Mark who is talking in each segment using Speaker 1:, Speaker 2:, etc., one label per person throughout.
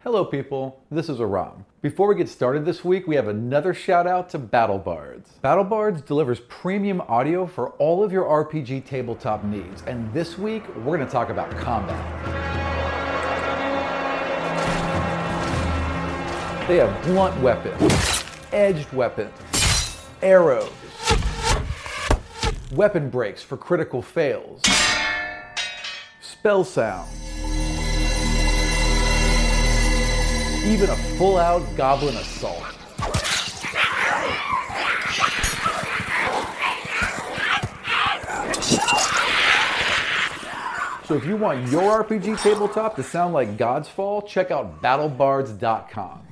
Speaker 1: Hello, people. This is Aram. Before we get started this week, we have another shout out to BattleBards. BattleBards delivers premium audio for all of your RPG tabletop needs, and this week we're going to talk about combat. They have blunt weapons, edged weapons, arrows, weapon breaks for critical fails, spell sounds. even a full out goblin assault. So if you want your RPG tabletop to sound like God's Fall, check out battlebards.com.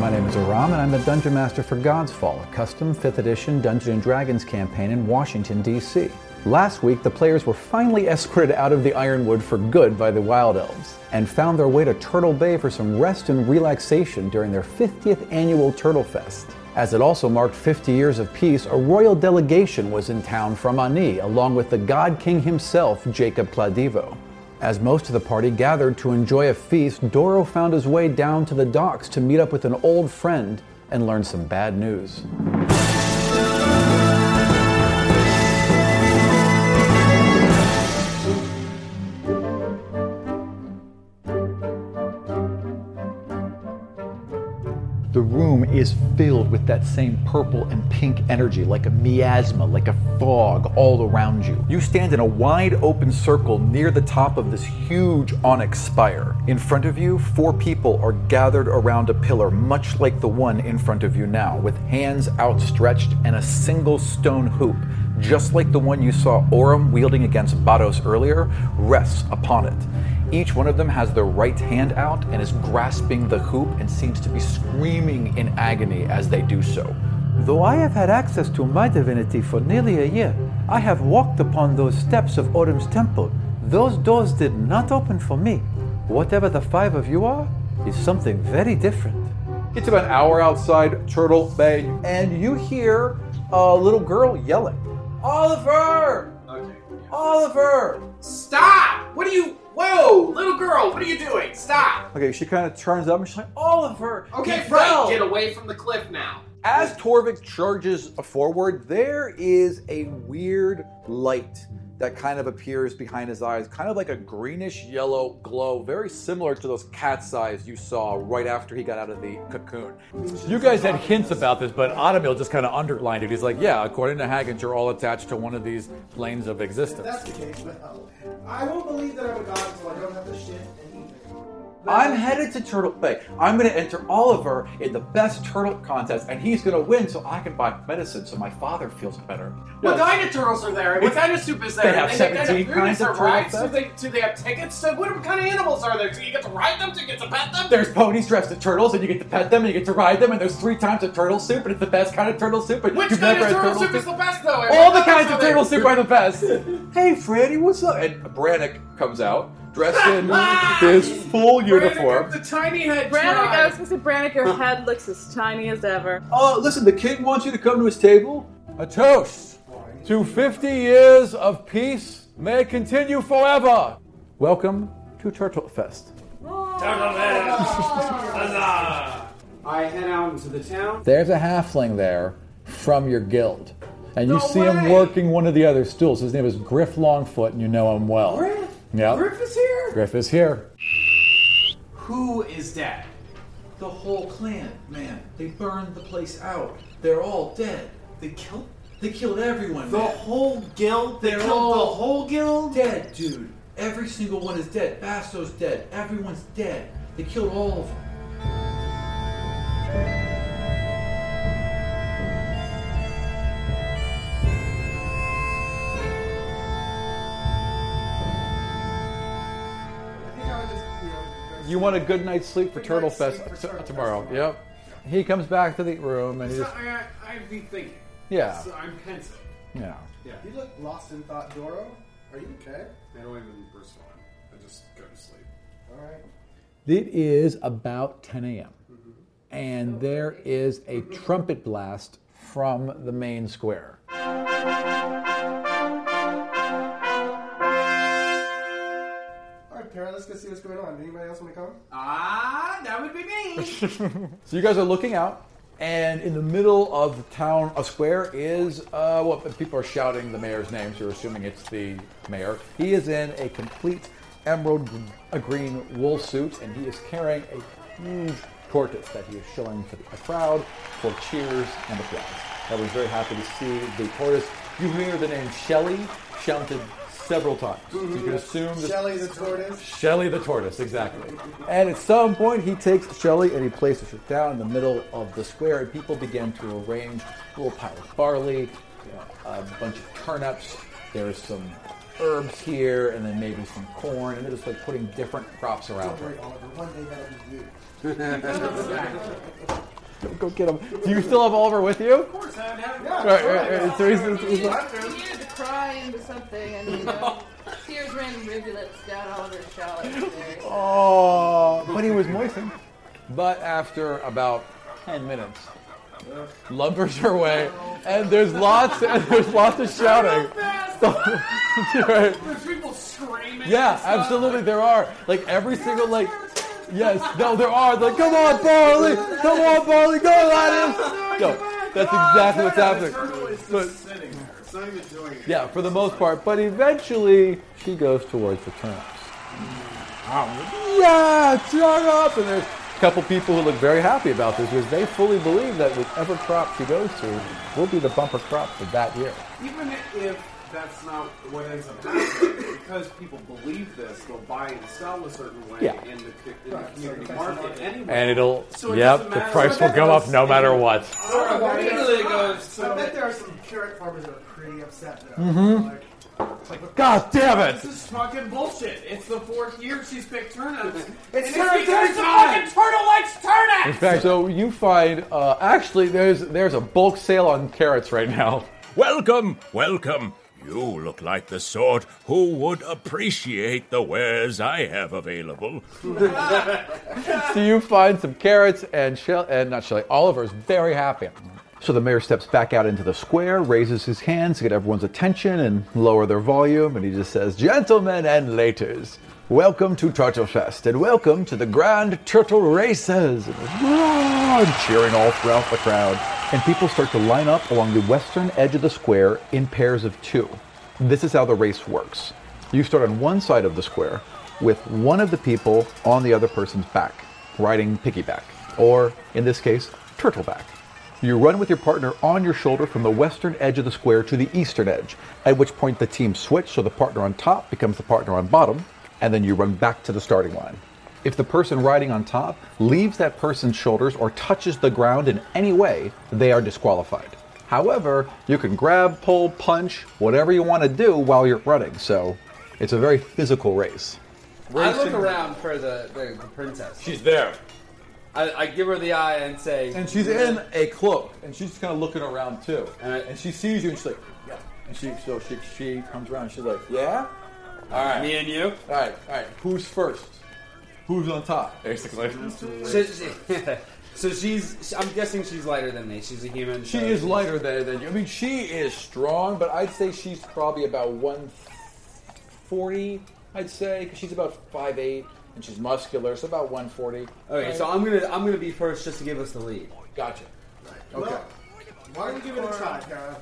Speaker 1: My name is Aram, and I'm the Dungeon Master for God's Fall, a custom 5th edition Dungeons & Dragons campaign in Washington, D.C. Last week, the players were finally escorted out of the Ironwood for good by the Wild Elves, and found their way to Turtle Bay for some rest and relaxation during their 50th annual Turtle Fest. As it also marked 50 years of peace, a royal delegation was in town from Ani, along with the God King himself, Jacob Cladivo. As most of the party gathered to enjoy a feast, Doro found his way down to the docks to meet up with an old friend and learn some bad news. The room is filled with that same purple and pink energy, like a miasma, like a fog all around you. You stand in a wide open circle near the top of this huge onyx spire. In front of you, four people are gathered around a pillar, much like the one in front of you now, with hands outstretched and a single stone hoop, just like the one you saw Orim wielding against Bados earlier, rests upon it. Each one of them has their right hand out and is grasping the hoop and seems to be screaming in agony as they do so. Though I have had access to my divinity for nearly a year, I have walked upon those steps of Orim's temple. Those doors did not open for me. Whatever the five of you are, is something very different. It's about an hour outside Turtle Bay, and you hear a little girl yelling, Oliver!
Speaker 2: Okay.
Speaker 1: Oliver!
Speaker 2: Stop! What are you? Whoa, little girl, what are you doing? Stop!
Speaker 1: Okay, she kind of turns up and she's like, Oliver!
Speaker 2: Okay,
Speaker 1: he
Speaker 2: Frank,
Speaker 1: fell."
Speaker 2: get away from the cliff now.
Speaker 1: As Torvik charges forward, there is a weird light that kind of appears behind his eyes, kind of like a greenish yellow glow, very similar to those cat's eyes you saw right after he got out of the cocoon. You guys had hints about this, but Automil just kind of underlined it. He's like, yeah, according to Haggins, you're all attached to one of these planes of existence.
Speaker 3: That's the case, but oh, I won't believe that I'm a god until I don't have to shit and eat.
Speaker 1: I'm headed to Turtle Bay. I'm going to enter Oliver in the best turtle contest, and he's going to win so I can buy medicine so my father feels better.
Speaker 2: What kind of turtles are there? What kind of soup is there?
Speaker 1: They have
Speaker 2: And
Speaker 1: 17
Speaker 2: what kind
Speaker 1: kinds
Speaker 2: of food?
Speaker 1: of
Speaker 2: Is there rides? Do
Speaker 1: turtles.
Speaker 2: they, do they have tickets? So what kind of animals are there? Do you get to ride them? Do you get to pet them?
Speaker 1: There's ponies dressed as turtles, and you get to pet them, and you get to ride them, and there's three times of turtle soup, and it's the best kind of turtle soup. And
Speaker 2: Which
Speaker 1: you've
Speaker 2: kind
Speaker 1: never
Speaker 2: of
Speaker 1: had
Speaker 2: turtle soup is the best though? I
Speaker 1: All the
Speaker 2: love
Speaker 1: kinds of
Speaker 2: something.
Speaker 1: turtle soup are the best. hey, Franny, what's up? And Brannick comes out dressed in his full
Speaker 2: Brannick
Speaker 1: uniform.
Speaker 2: of The tiny head.
Speaker 4: Brannick,
Speaker 2: tribe.
Speaker 4: I was gonna say Brannick, your head looks as tiny as ever.
Speaker 1: Oh, listen, the king wants you to come to his table. A toast to 50 years of peace. May it continue forever. Welcome to Turtle Fest.
Speaker 5: I head out into the town.
Speaker 1: There's a halfling there from your guild. And you
Speaker 5: No
Speaker 1: see him
Speaker 5: way.
Speaker 1: working one of the other stools. His name is Griff Longfoot, and you know him well.
Speaker 5: Griff?
Speaker 1: Yep.
Speaker 5: Griff is here.
Speaker 1: Griff is here.
Speaker 2: Who is dead?
Speaker 6: The whole clan, man. They burned the place out. They're all dead. They killed. They killed everyone.
Speaker 5: The
Speaker 6: man.
Speaker 5: whole guild. They
Speaker 6: They're
Speaker 5: killed the
Speaker 6: all
Speaker 5: whole guild.
Speaker 6: dead, dude. Every single one is dead. Basto's dead. Everyone's dead. They killed all of them.
Speaker 3: I think I would just, you know,
Speaker 1: You want a good night's sleep for
Speaker 3: Good
Speaker 1: Turtle
Speaker 3: night's sleep
Speaker 1: Fest t-
Speaker 3: for Turtle Fest
Speaker 1: tomorrow.
Speaker 3: tomorrow.
Speaker 1: Yep. He comes back to the room and he
Speaker 2: So
Speaker 1: just,
Speaker 2: I, I, I've been thinking.
Speaker 1: Yeah.
Speaker 2: So I'm pensive.
Speaker 1: yeah.
Speaker 3: you look lost in thought, Doro. Are you okay?
Speaker 2: I don't even respond. I just go to sleep.
Speaker 3: All right.
Speaker 1: It is about 10 a.m. And there is a trumpet blast from the main square.
Speaker 3: all right, let's go see what's going on. Anybody else want to come?
Speaker 2: Ah, that would be me.
Speaker 1: So you guys are looking out, and in the middle of the town, a square is uh, well, people are shouting the mayor's name, so you're assuming it's the mayor. He is in a complete emerald gr- a green wool suit, and he is carrying a huge tortoise that he is showing to the crowd for cheers and applause. I was very happy to see the tortoise. You hear the name Shelley shouted several times. So you can assume this
Speaker 3: Shelly the tortoise.
Speaker 1: Shelly the tortoise, exactly. And at some point, he takes Shelly and he places her down in the middle of the square, and people begin to arrange a little pile of barley, you know, a bunch of turnips. There's some herbs here, and then maybe some corn, and they're just like putting different crops around
Speaker 3: Don't
Speaker 1: her.
Speaker 3: worry, Oliver. One day that'll be you.
Speaker 1: Go get him. Do you still have Oliver with you?
Speaker 2: Of course, I'm having
Speaker 1: All right, all right, all right. So he's- he's-
Speaker 4: He
Speaker 1: he's-
Speaker 4: needed to cry into something, and you know, tears ran rivulets down all over his shallot.
Speaker 1: Oh, but he was moistened. But after about ten minutes, lumbers her way, and there's lots and there's lots of shouting. Right.
Speaker 2: There's people screaming.
Speaker 1: Yeah,
Speaker 2: and stuff.
Speaker 1: absolutely, there are like every single like. Yes, no, there are. Like, come on, Barley! Come on, Barley! Go, Linus! Go. That's exactly what's happening.
Speaker 2: Turtle is just sitting there. It's not even doing it.
Speaker 1: Yeah, for the most part. But eventually, she goes towards the turnips. Yeah, turn up! And there's a couple people who look very happy about this because they fully believe that whichever crop she goes to will be the bumper crop for that year.
Speaker 2: Even if that's not what ends up happening, because people believe this, they'll buy and sell a certain way
Speaker 1: Yeah.
Speaker 2: in the, co- in the
Speaker 3: Right,
Speaker 2: community
Speaker 3: so it
Speaker 2: market
Speaker 3: doesn't
Speaker 2: anyway.
Speaker 7: And it'll,
Speaker 2: So it
Speaker 7: yep,
Speaker 2: doesn't
Speaker 7: the
Speaker 2: matter.
Speaker 7: price will go up no matter what.
Speaker 2: Or
Speaker 3: I bet
Speaker 2: immediately
Speaker 3: there's-
Speaker 2: goes to-
Speaker 3: I bet there are some carrot farmers that are pretty upset. That mm-hmm. like,
Speaker 1: God damn
Speaker 2: This is fucking bullshit. It's the fourth year she's picked turnips. and
Speaker 3: It's turn-
Speaker 2: it's because
Speaker 3: turn
Speaker 2: the
Speaker 3: time!
Speaker 2: fucking turtle likes turnips!
Speaker 1: In fact, so you find uh, actually there's there's a bulk sale on carrots right now.
Speaker 8: Welcome, welcome. You look like the sort who would appreciate the wares I have available.
Speaker 1: So you find some carrots, and Shell and not Shelly. Oliver's very happy. So the mayor steps back out into the square, raises his hands to get everyone's attention and lower their volume, and he just says, "Gentlemen and laters, welcome to Turtle Fest, and welcome to the Grand Turtle Races!" And there's "Roar!" cheering all throughout the crowd, and people start to line up along the western edge of the square in pairs of two. This is how the race works. You start on one side of the square with one of the people on the other person's back, riding piggyback, or in this case, turtleback. You run with your partner on your shoulder from the western edge of the square to the eastern edge, at which point the teams switch so the partner on top becomes the partner on bottom, and then you run back to the starting line. If the person riding on top leaves that person's shoulders or touches the ground in any way, they are disqualified. However, you can grab, pull, punch, whatever you want to do while you're running, so it's a very physical race.
Speaker 9: I look around for the, the, the princess.
Speaker 7: She's there.
Speaker 9: I, I give her the eye and say,
Speaker 1: And she's in a cloak, and she's kind of looking around too. And,
Speaker 9: And I-
Speaker 1: she sees you, and she's like, "Yeah." And she so she she comes around, and she's like, "Yeah." All right,
Speaker 9: "Me and you."
Speaker 1: all right, all right. Who's first? Who's on top?
Speaker 7: Basically.
Speaker 9: So, she- so she's. I'm guessing she's lighter than me. She's a human.
Speaker 1: She
Speaker 9: so-
Speaker 1: is lighter than, than you. I mean, she is strong, but I'd say she's probably about 140, I'd say, because she's about 5'8", and she's muscular, so about 140.
Speaker 9: Okay, so I'm gonna I'm gonna be first just to give us the lead.
Speaker 1: Gotcha. Okay.
Speaker 3: Well, why don't you give it a try, Kara?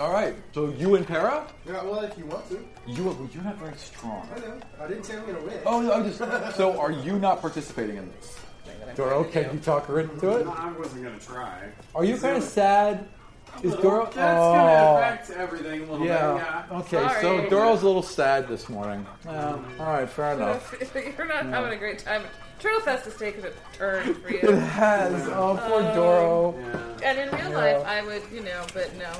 Speaker 1: All right, so you and Para?
Speaker 3: Yeah, well, if you want to.
Speaker 1: You are, you're not very strong.
Speaker 3: I know. I didn't say I'm gonna win.
Speaker 1: Oh, no, I'm just... so are you not participating in this? Doro, can you talk her into it?
Speaker 2: No, I wasn't gonna try.
Speaker 1: Are you kind of sad? Is Doro... oh,
Speaker 2: That's
Speaker 10: Oh.
Speaker 2: gonna affect everything a little
Speaker 1: Yeah.
Speaker 2: bit. Yeah.
Speaker 1: Okay, so
Speaker 4: Sorry.
Speaker 1: Doro's a little sad this morning. Oh, all right, fair enough.
Speaker 4: You're not having a great time. Turtle Fest is taking a turn for
Speaker 1: It
Speaker 4: you.
Speaker 1: has. Oh, poor Doro.
Speaker 4: And in real life, I would, you know, but no.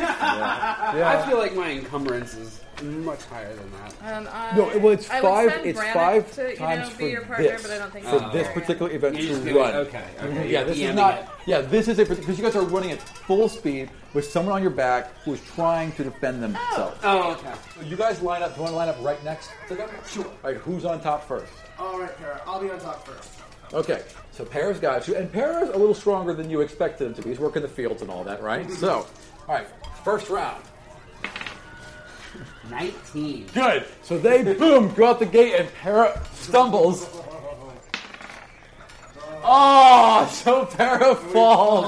Speaker 9: I feel like my encumbrance is much higher than that.
Speaker 4: Um, I,
Speaker 1: No, well, it's
Speaker 4: I would
Speaker 1: five.
Speaker 4: send
Speaker 1: It's
Speaker 4: Brannick
Speaker 1: five
Speaker 4: to, you
Speaker 1: times
Speaker 4: know,
Speaker 1: for
Speaker 4: be your partner,
Speaker 1: this
Speaker 4: but I don't think
Speaker 1: for
Speaker 4: so.
Speaker 1: this
Speaker 4: Yeah.
Speaker 1: particular event
Speaker 9: You're
Speaker 1: to
Speaker 9: just gonna-
Speaker 1: run.
Speaker 9: Okay. okay
Speaker 1: Yeah, this
Speaker 9: you're
Speaker 1: is
Speaker 9: DMing
Speaker 1: not.
Speaker 9: it.
Speaker 1: Yeah, this is a because you guys are running at full speed with someone on your back who is trying to defend themselves.
Speaker 9: Oh, okay.
Speaker 1: You guys line up. Do you want to line up right next to them? Sure. All right, who's on top first?
Speaker 3: All right, Kara. I'll be on top first.
Speaker 1: Okay, so Pear's got you, and Pear's a little stronger than you expected him to be. He's working the fields and all that, right? so, all right, first round.
Speaker 9: Nineteen.
Speaker 10: Good. So they boom go out the gate and Para stumbles. Oh, so Para falls.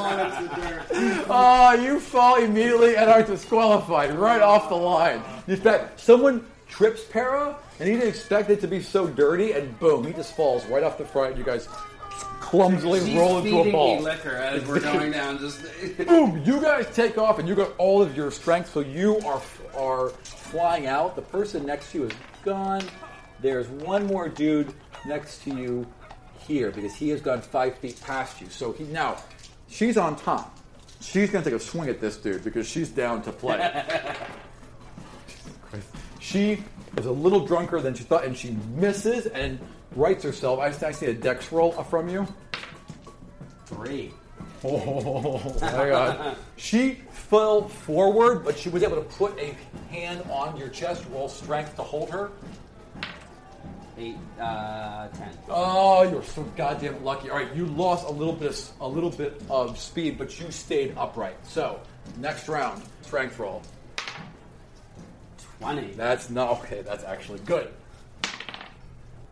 Speaker 10: Oh, you fall immediately and are disqualified right off the line. In fact, someone trips Para and he didn't expect it to be so dirty, and boom, he just falls right off the front. You guys clumsily
Speaker 9: She's
Speaker 10: roll into a
Speaker 9: feeding
Speaker 10: ball.
Speaker 9: me liquor as we're going down. Just
Speaker 10: boom, you guys take off and you got all of your strength, so you are are flying out. The person next to you is gone. There's one more dude next to you here because he has gone five feet past you. So he now she's on top. She's gonna take a swing at this dude because she's down to play. Jesus Christ. she is a little drunker than she thought, and she misses and rights herself. I I see a dex roll from you.
Speaker 9: three.
Speaker 10: Oh my god. She fell forward, but she was able to put a hand on your chest, roll strength to hold her.
Speaker 9: Eight, uh, ten.
Speaker 10: Oh, you're so goddamn lucky. All right, you lost a little bit of, a little bit of speed, but you stayed upright. So, next round, strength roll.
Speaker 9: Twenty.
Speaker 10: That's not okay. That's actually good.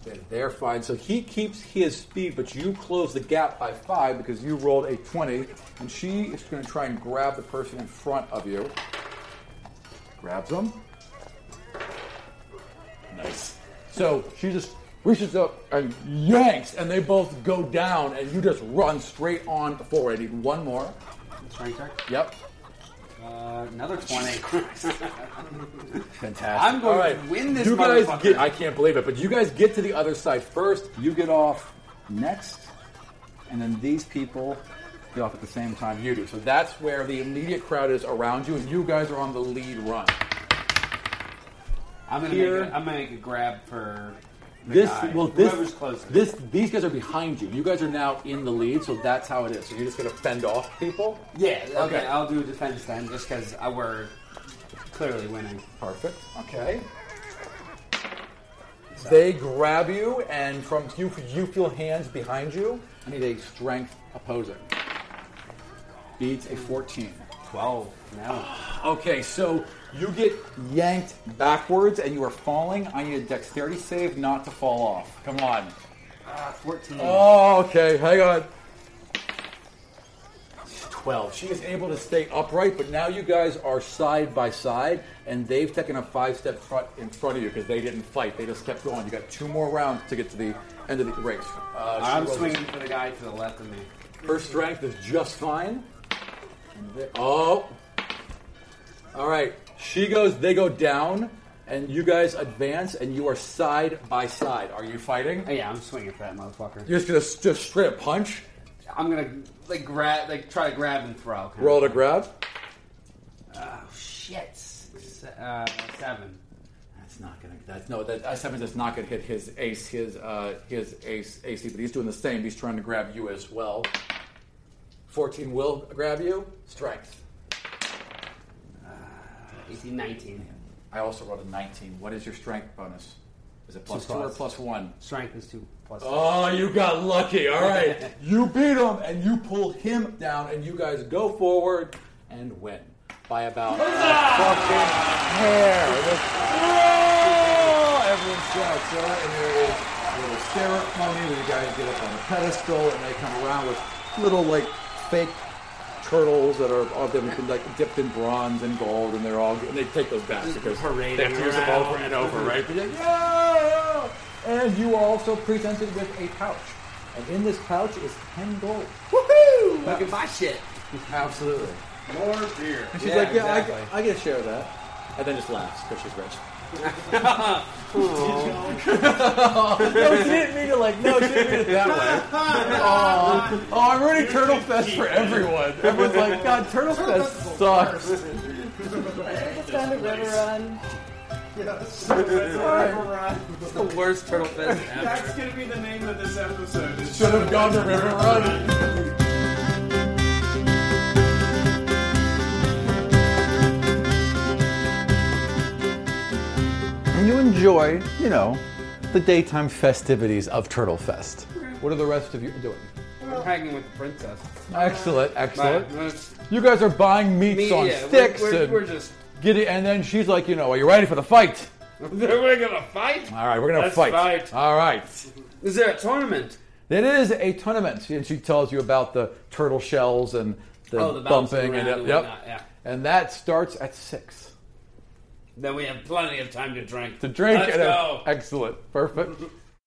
Speaker 10: They're, they're fine. So he keeps his speed, but you close the gap by five because you rolled a twenty, and she is going to try and grab the person in front of you. Grabs him. Nice. So she just reaches up and yanks, and they both go down, and you just run straight on forward. I need one more.
Speaker 9: Strength check.
Speaker 10: Yep.
Speaker 9: Uh, another twenty.
Speaker 10: Fantastic.
Speaker 9: I'm going
Speaker 10: All
Speaker 9: to win this
Speaker 10: You guys
Speaker 9: motherfucker.
Speaker 10: get I can't believe it, but you guys get to the other side first. You get off next, and then these people get off at the same time you do. So that's where the immediate crowd is around you, and you guys are on the lead run.
Speaker 9: I'm gonna
Speaker 10: Here.
Speaker 9: make a, I'm gonna make a grab for the
Speaker 10: This
Speaker 9: guy.
Speaker 10: well this
Speaker 9: whoever's closest.
Speaker 10: this these guys are behind you. You guys are now in the lead, so that's how it is. So you're just gonna fend off people.
Speaker 9: yeah. Okay.
Speaker 10: Okay.
Speaker 9: I'll do defense then, just because I were clearly winning.
Speaker 10: Perfect. Okay. They grab you, and from you, you feel hands behind you. I need a strength opposing. Beats a 14.
Speaker 9: Twelve. Oh, No.
Speaker 10: Okay, so you get yanked backwards, and you are falling. I need a dexterity save not to fall off. Come on.
Speaker 9: Ah, Fourteen.
Speaker 10: Oh, okay. Hang on. 12. She is able to stay upright, but now you guys are side by side, and they've taken a five step front in front of you because they didn't fight. They just kept going. You got two more rounds to get to the end of the race. Uh, she
Speaker 9: I'm
Speaker 10: rolls-
Speaker 9: swinging for the guy to the left of me.
Speaker 10: Her strength is just fine. And they- oh. All right. She goes, they go down, and you guys advance, and you are side by side. Are you fighting?
Speaker 9: Oh, yeah, I'm swinging for that motherfucker.
Speaker 10: You're just going to just straight up punch?
Speaker 9: I'm gonna like grab, like try to grab and throw. kinda.
Speaker 10: Roll to grab.
Speaker 9: Oh shit! Se- Uh, seven.
Speaker 10: That's not gonna. That's no. That seven is not gonna hit his ace. His uh, his ace AC. But he's doing the same. He's trying to grab you as well. Fourteen will grab you. Strength.
Speaker 9: 18, 19.
Speaker 10: I also rolled a nineteen. What is your strength bonus? Is it plus
Speaker 9: Two
Speaker 10: two or
Speaker 9: plus.
Speaker 10: plus one?
Speaker 9: Strength is two plus.
Speaker 10: Oh, you got lucky. All right, you beat him and you pull him down, and you guys go forward and win by about a fucking hair. Just, "Whoa!" Everyone shouts, all right, and there is a little ceremony where you guys get up on a pedestal and they come around with little like fake turtles that are all of them like dipped in bronze and gold, and they're all and they take those back because
Speaker 9: parading
Speaker 10: they have to use them
Speaker 9: around.
Speaker 10: over and over, right? But you're like, yeah! And you are also presented with a pouch, and in this pouch is ten gold.
Speaker 9: Woohoo! Look at my shit.
Speaker 10: Absolutely.
Speaker 2: More beer.
Speaker 10: And she's like, yeah, I get- I, get a share of that, and then just laughs because she's rich. no, she didn't mean it like no, she didn't mean it that way. oh, oh, I'm ruining Turtle Fest for everyone. Everyone's like, God, Turtle Fest sucks.
Speaker 4: It's time to run around.
Speaker 9: It's the worst turtle fist ever.
Speaker 2: That's gonna be the name of this episode. is
Speaker 10: Should have gone to River Run.
Speaker 11: And you enjoy, you know, the daytime festivities of Turtle Fest.
Speaker 10: What are the rest of you doing?
Speaker 9: I'm hanging with the princess.
Speaker 10: Excellent, excellent.
Speaker 9: Right, let's-
Speaker 10: You guys are buying meats
Speaker 9: me-
Speaker 10: on
Speaker 9: yeah, we're-
Speaker 10: sticks
Speaker 9: We're,
Speaker 10: and
Speaker 9: we're just
Speaker 10: Get it, and then she's like, you know, are you ready for the fight?
Speaker 9: We're gonna fight.
Speaker 10: All right, we're gonna
Speaker 9: Let's
Speaker 10: fight.
Speaker 9: fight.
Speaker 10: All right.
Speaker 9: Is there a tournament?
Speaker 10: It is a tournament, and she tells you about the turtle shells and the,
Speaker 9: Oh, the bouncing
Speaker 10: bumping, and
Speaker 9: around and
Speaker 10: yep.
Speaker 9: whatnot, yeah.
Speaker 10: And that starts at six.
Speaker 9: Then we have plenty of time to drink.
Speaker 10: to drink.
Speaker 9: Let's
Speaker 10: and, uh,
Speaker 9: go.
Speaker 10: Excellent. Perfect.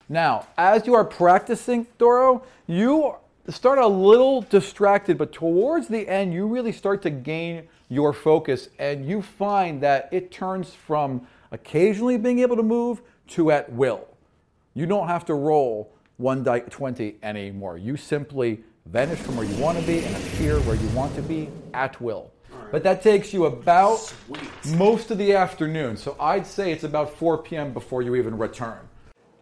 Speaker 10: now, as you are practicing, Doro, you start a little distracted, but towards the end, you really start to gain your focus and you find that it turns from occasionally being able to move to at will. You don't have to roll one die 20 anymore. You simply vanish from where you want to be and appear where you want to be at will. But that takes you about most of the afternoon. So I'd say it's about 4 p.m. before you even return.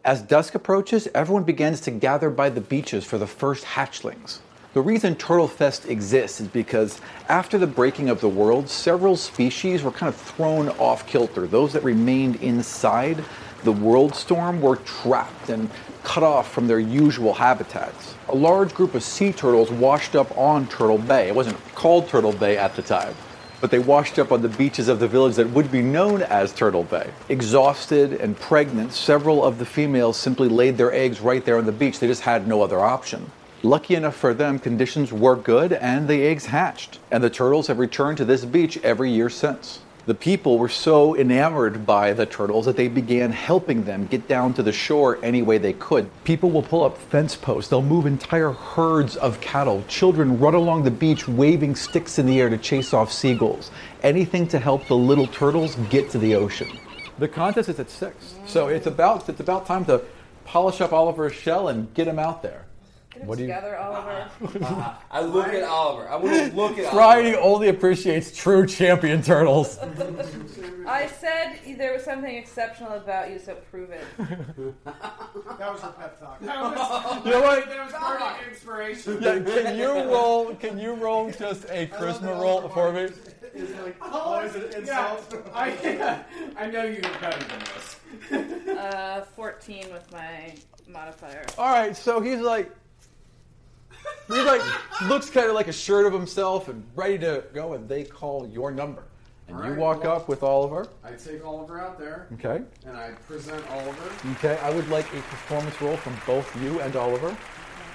Speaker 1: As dusk approaches, everyone begins to gather by the beaches for the first hatchlings. The reason Turtle Fest exists is because after the breaking of the world, several species were kind of thrown off kilter. Those that remained inside the world storm were trapped and cut off from their usual habitats. A large group of sea turtles washed up on Turtle Bay. It wasn't called Turtle Bay at the time but they washed up on the beaches of the village that would be known as Turtle Bay. Exhausted and pregnant, several of the females simply laid their eggs right there on the beach. They just had no other option. Lucky enough for them, conditions were good and the eggs hatched. And the turtles have returned to this beach every year since. The people were so enamored by the turtles that they began helping them get down to the shore any way they could. People will pull up fence posts, they'll move entire herds of cattle. Children run along the beach waving sticks in the air to chase off seagulls. Anything to help the little turtles get to the ocean.
Speaker 10: The contest is at 6. So it's about it's about time to polish up Oliver's shell and get him out there.
Speaker 4: What
Speaker 10: do you-
Speaker 4: together, Oliver.
Speaker 9: I look at Oliver. I want to look at
Speaker 10: Variety only appreciates true champion turtles.
Speaker 4: I said there was something exceptional about you, so prove it.
Speaker 3: That was her pep talk.
Speaker 10: you know what?
Speaker 2: There's part of inspiration.
Speaker 10: Yeah, can you roll? Can you roll just a charisma roll for me?
Speaker 3: It's like always an insult.
Speaker 2: I, I know you're better than this.
Speaker 4: Uh, 14 with my modifier.
Speaker 10: All right, so he's like, he like looks kind of like assured of himself and ready to go, and they call your number, and
Speaker 2: All
Speaker 10: you
Speaker 2: right,
Speaker 10: walk
Speaker 2: well-
Speaker 10: up with Oliver.
Speaker 2: I take Oliver out there
Speaker 10: Okay,
Speaker 2: and I present Oliver.
Speaker 10: okay. I would like a performance roll from both you and Oliver.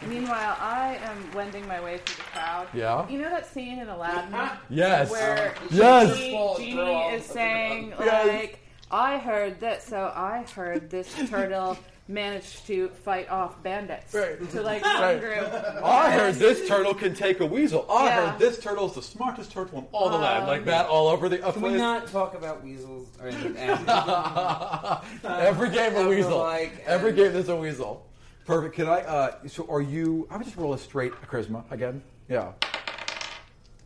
Speaker 4: Meanwhile, I am wending my way through the crowd.
Speaker 10: Yeah.
Speaker 4: You know that scene in Aladdin
Speaker 10: Yes.
Speaker 4: where
Speaker 10: Yes.
Speaker 4: Genie, Genie is saying,
Speaker 10: Yes.
Speaker 4: like, I heard that, so I heard this turtle managed to fight off bandits.
Speaker 10: Right.
Speaker 4: So, like,
Speaker 10: Right.
Speaker 4: one group.
Speaker 10: I heard this turtle can take a weasel. I
Speaker 4: Yeah. Uh,
Speaker 10: heard this turtle's the smartest turtle in all the land. Like that, all over the
Speaker 9: Can we
Speaker 10: place.
Speaker 9: not talk about weasels or anything?
Speaker 10: Every game a
Speaker 9: Ever
Speaker 10: weasel.
Speaker 9: like-
Speaker 10: Every game there's a weasel. Perfect. Can I? Uh, so are you? I would just roll a straight charisma again. Yeah.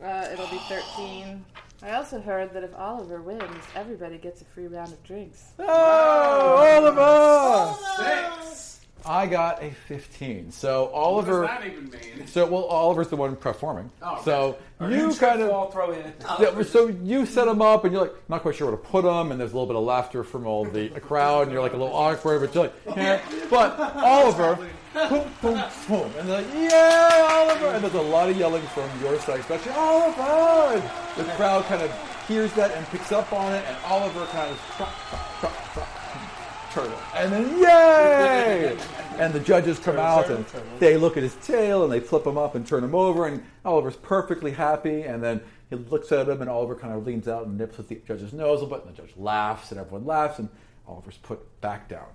Speaker 4: Uh, it'll be 13. I also heard that if Oliver wins, everybody gets a free round of drinks.
Speaker 10: Oh, Oliver!
Speaker 2: Six.
Speaker 10: I got a 15. So
Speaker 2: What does
Speaker 10: Oliver.
Speaker 2: that even mean?
Speaker 10: So well, Oliver's the one performing.
Speaker 2: Oh,
Speaker 10: so
Speaker 2: okay.
Speaker 10: you kind of.
Speaker 9: I'll throw in.
Speaker 10: Yeah, well, so you set them up, and you're like not quite sure where to put them, and there's a little bit of laughter from all the crowd, and you're like a little awkward, but you're like, yeah. But Oliver, boom, boom, boom, and they're like, yeah, Oliver, and there's a lot of yelling from your side, especially Oliver. And the crowd kind of hears that and picks up on it, and Oliver kind of trot, trot, trot, trot, turtle, and then yay! and the judges come out and they look at his tail and they flip him up and turn him over, and Oliver's perfectly happy. And then he looks at him, and Oliver kind of leans out and nips at the judge's nose a bit, and the judge laughs, and everyone laughs, and Oliver's put back down.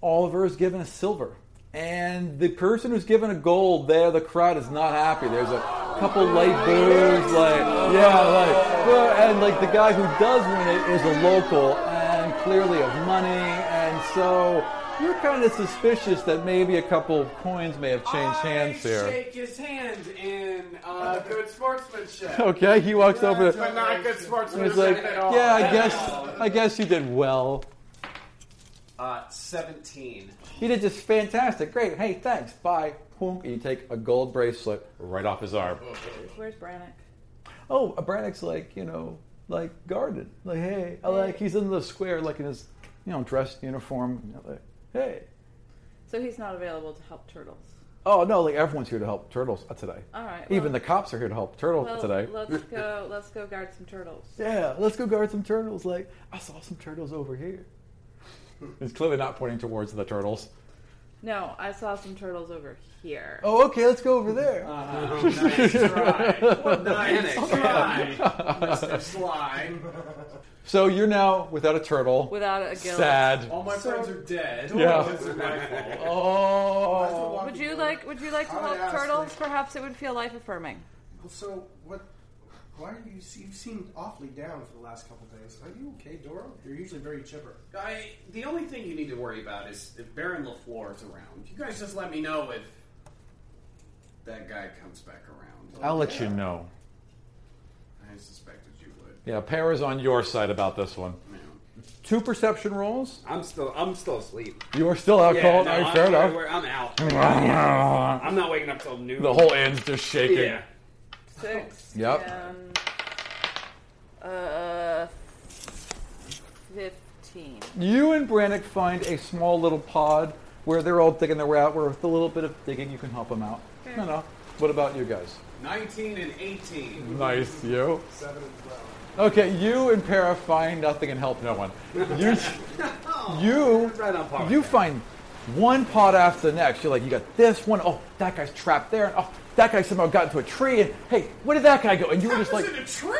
Speaker 10: Oliver is given a silver, and the person who's given a gold there, the crowd is not happy. There's a couple late boos, like yeah, like boo, and like the guy who does win it is a local and clearly of money, and so you're kind of suspicious that maybe a couple of coins may have changed hands
Speaker 2: I
Speaker 10: here.
Speaker 2: shake his hand in uh, good sportsmanship.
Speaker 10: Okay, he walks over to.
Speaker 2: But not good
Speaker 10: And he's
Speaker 2: sportsmanship
Speaker 10: like,
Speaker 2: at all.
Speaker 10: yeah, I guess, I guess you did well.
Speaker 9: Uh, Seventeen.
Speaker 10: He did just fantastic. Great. Hey, thanks. Bye. Honk. You take a gold bracelet right off his arm.
Speaker 4: Where's Brannick?
Speaker 10: Oh, a Brannick's like, you know, like guarded. Like, hey, I like he's in the square, like in his, you know, dress uniform. You know, like, hey.
Speaker 4: So he's not available to help turtles.
Speaker 10: Oh no! Like everyone's here to help turtles uh, today.
Speaker 4: All right,
Speaker 10: Even
Speaker 4: well-
Speaker 10: the cops are here to help turtles
Speaker 4: Well,
Speaker 10: today.
Speaker 4: let's go. Let's go guard some turtles.
Speaker 10: Yeah, let's go guard some turtles. Like I saw some turtles over here. He's clearly not pointing towards the turtles.
Speaker 4: No, I saw some turtles over here.
Speaker 10: Oh, okay. Let's go over there.
Speaker 2: Sly.
Speaker 10: So you're now without a turtle.
Speaker 4: Without a gillet.
Speaker 10: Sad.
Speaker 2: All my friends are dead.
Speaker 10: Yeah.
Speaker 2: It's my fault.
Speaker 10: Oh.
Speaker 4: Would you like? Would you like to
Speaker 3: I would
Speaker 4: help
Speaker 3: ask
Speaker 4: turtles?
Speaker 3: that-
Speaker 4: Perhaps it would feel life affirming.
Speaker 3: Well, so what? Why are you? You seemed awfully down for the last couple days. Are you okay, Dora? You're usually very chipper.
Speaker 2: I, the only thing you need to worry about is if Baron LaFleur is around. You guys just let me know if that guy comes back around.
Speaker 9: Uh,
Speaker 10: I'll let you know.
Speaker 2: I suspected you would.
Speaker 10: Yeah, Para's on your side about this one. Two perception rolls.
Speaker 9: I'm still I'm still asleep.
Speaker 10: You are still out cold.
Speaker 9: no,
Speaker 10: All right,
Speaker 9: I'm,
Speaker 10: fair
Speaker 9: we're-
Speaker 10: enough.
Speaker 9: we're- I'm out.
Speaker 10: the
Speaker 9: I'm not waking up till noon.
Speaker 10: whole end's just shaking.
Speaker 9: yeah.
Speaker 4: Six.
Speaker 10: Yep.
Speaker 4: and, uh, fifteen.
Speaker 10: You and Brannick find a small little pod where they're all digging their way out. Where with a little bit of digging, you can help them out.
Speaker 4: Okay.
Speaker 10: No, no. What about you guys?
Speaker 2: 19 and 18.
Speaker 10: Nice, you.
Speaker 3: Seven and twelve.
Speaker 10: Okay, you and Para find nothing and help no one. You, you,
Speaker 9: right on par with
Speaker 10: you
Speaker 9: that.
Speaker 10: find one pot after the next. You're like, you got this one. Oh, that guy's trapped there. And oh, that guy somehow got into a tree. And hey, where did that guy go? And you were just like,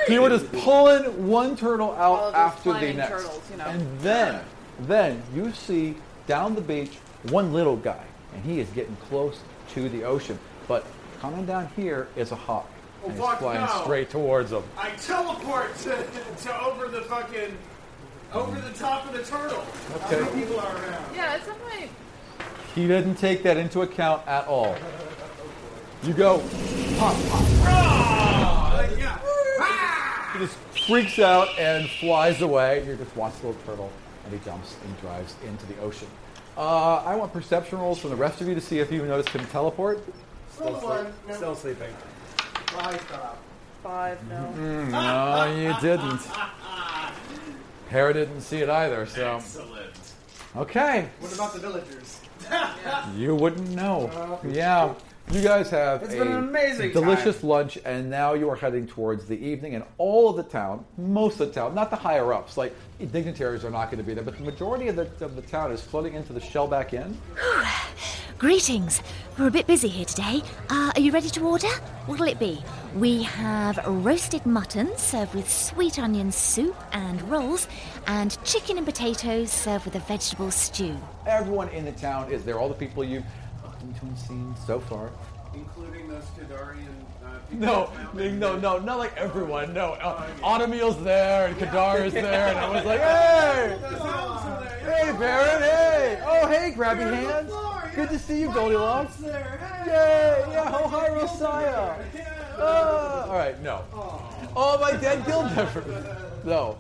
Speaker 10: you were just pulling one turtle
Speaker 4: All
Speaker 10: out
Speaker 4: of those
Speaker 10: after the
Speaker 4: climbing
Speaker 10: next.
Speaker 4: turtles, you know.
Speaker 10: And then, then you see down the beach one little guy, and he is getting close to the ocean. But coming down here is a hawk.
Speaker 2: Oh,
Speaker 10: and he's
Speaker 2: fuck
Speaker 10: flying
Speaker 2: no.
Speaker 10: straight towards him.
Speaker 2: I teleport to, to over the fucking, over the top of the turtle.
Speaker 10: Okay.
Speaker 3: People are around.
Speaker 4: Yeah, it's definitely.
Speaker 10: He didn't take that into account at all. You go, pop, pop.
Speaker 2: Like, yeah.
Speaker 10: He just freaks out and flies away. You just watch the little turtle, and he jumps and drives into the ocean. Uh, I want perception rolls from the rest of you to see if you noticed him teleport.
Speaker 3: Still one. No.
Speaker 9: Still sleeping.
Speaker 3: Five,
Speaker 2: uh,
Speaker 3: stop.
Speaker 4: Five, no.
Speaker 10: No, Oh, you didn't. Hera didn't see it either, so.
Speaker 2: Excellent.
Speaker 10: Okay,
Speaker 3: What about the villagers?
Speaker 10: you wouldn't know. Yeah. You guys have
Speaker 9: It's
Speaker 10: a
Speaker 9: been an amazing time.
Speaker 10: delicious lunch, and now you are heading towards the evening, and all of the town, most of the town, not the higher ups, like dignitaries are not going to be there, but the majority of the, of the town is flooding into the Shellback Inn.
Speaker 12: Greetings. We're a bit busy here today. Uh, are you ready to order? What'll it be? We have roasted mutton served with sweet onion soup and rolls, and chicken and potatoes served with a vegetable stew.
Speaker 10: Everyone in the town is there, all the people you've talking to and seen so far.
Speaker 2: Including those Kadarian uh, people.
Speaker 10: No,
Speaker 2: I found in
Speaker 10: no,
Speaker 2: the-
Speaker 10: no, not like everyone. No, uh, Automeal's there, and Kadar is there, and I was like, hey!
Speaker 2: Those elves are there, yeah.
Speaker 10: Hey, Baron! Hey! Oh, hey, grabby hands! Good to see you, Goldilocks. Yay! Yeah, ho, hi, Rosaya. Ah, all right, no. Oh, my dad guild never. No. All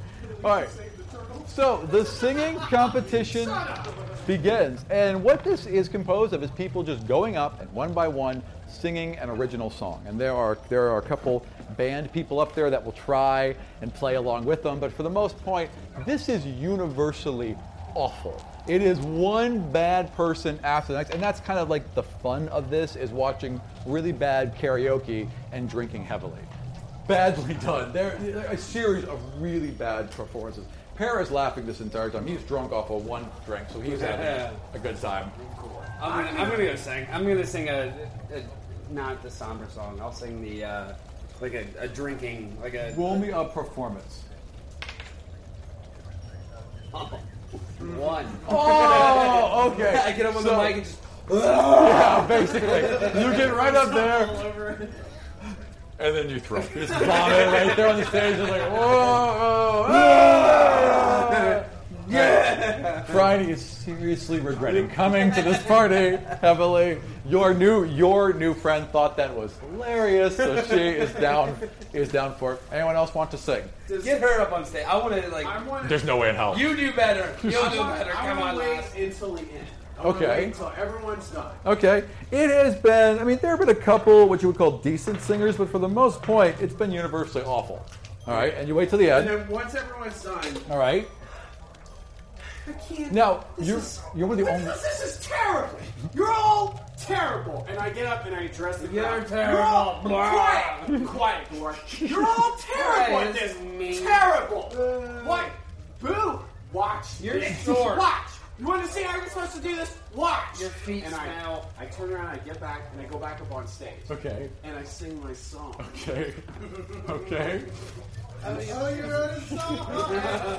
Speaker 10: right. So the singing competition begins, and what this is composed of is people just going up and one by one singing an original song. And there are there are a couple band people up there that will try and play along with them, but for the most point, this is universally awful. It is one bad person after the next, and that's kind of like the fun of this is watching really bad karaoke and drinking heavily badly done. They're, they're a series of really bad performances. Paris laughing this entire time. He's drunk off of one drink, so he's having a good time.
Speaker 9: I'm gonna, I'm gonna go sing. I'm gonna sing a, a not the somber song. I'll sing the uh, like a, a drinking like a
Speaker 10: Roll me a performance.
Speaker 9: one.
Speaker 10: Oh, okay.
Speaker 9: I get up on
Speaker 10: So-
Speaker 9: the mic and just
Speaker 10: Yeah, basically, you get right up there, and then you throw. You just vomit right there on the stage. It's like, whoa, whoa, ah. Friday is seriously regretting coming to this party heavily. Your new your new friend thought that was hilarious, so she is down is down for it. Anyone else want to sing?
Speaker 9: get her up on stage. I want to like
Speaker 2: I want
Speaker 10: There's no way in hell.
Speaker 9: you do better. You'll do
Speaker 2: I wanna
Speaker 9: better. Come on,
Speaker 2: wait
Speaker 9: lass.
Speaker 2: until the end. I wanna
Speaker 10: Okay.
Speaker 2: Wait until everyone's done.
Speaker 10: Okay, it has been. I mean, there have been a couple what you would call decent singers, but for the most point, it's been universally awful. All right, and you wait till the
Speaker 2: And
Speaker 10: end.
Speaker 2: then once everyone's done,
Speaker 10: All right.
Speaker 3: I can't.
Speaker 10: Now
Speaker 3: This
Speaker 10: you
Speaker 3: is-
Speaker 10: you're one of the
Speaker 3: This,
Speaker 10: only.
Speaker 3: this is terrible. You're all
Speaker 2: terrible. And I get up and I address the
Speaker 9: You're
Speaker 2: crowd.
Speaker 9: terrible.
Speaker 2: You're all
Speaker 9: Blah.
Speaker 2: quiet, quiet, Dora. You're all terrible
Speaker 9: Right,
Speaker 2: at
Speaker 9: this
Speaker 2: this.
Speaker 9: is mean. Uh.
Speaker 2: Terrible. What? Boo! Watch.
Speaker 9: You're
Speaker 2: this.
Speaker 9: short.
Speaker 2: Watch. You want to see how you're supposed to do this? Watch.
Speaker 9: Your feet
Speaker 2: and
Speaker 9: smell.
Speaker 2: I, I turn around, I get back, and I go back up on stage.
Speaker 10: Okay.
Speaker 2: And I sing my song.
Speaker 10: Okay. Okay.
Speaker 3: Oh, you're out of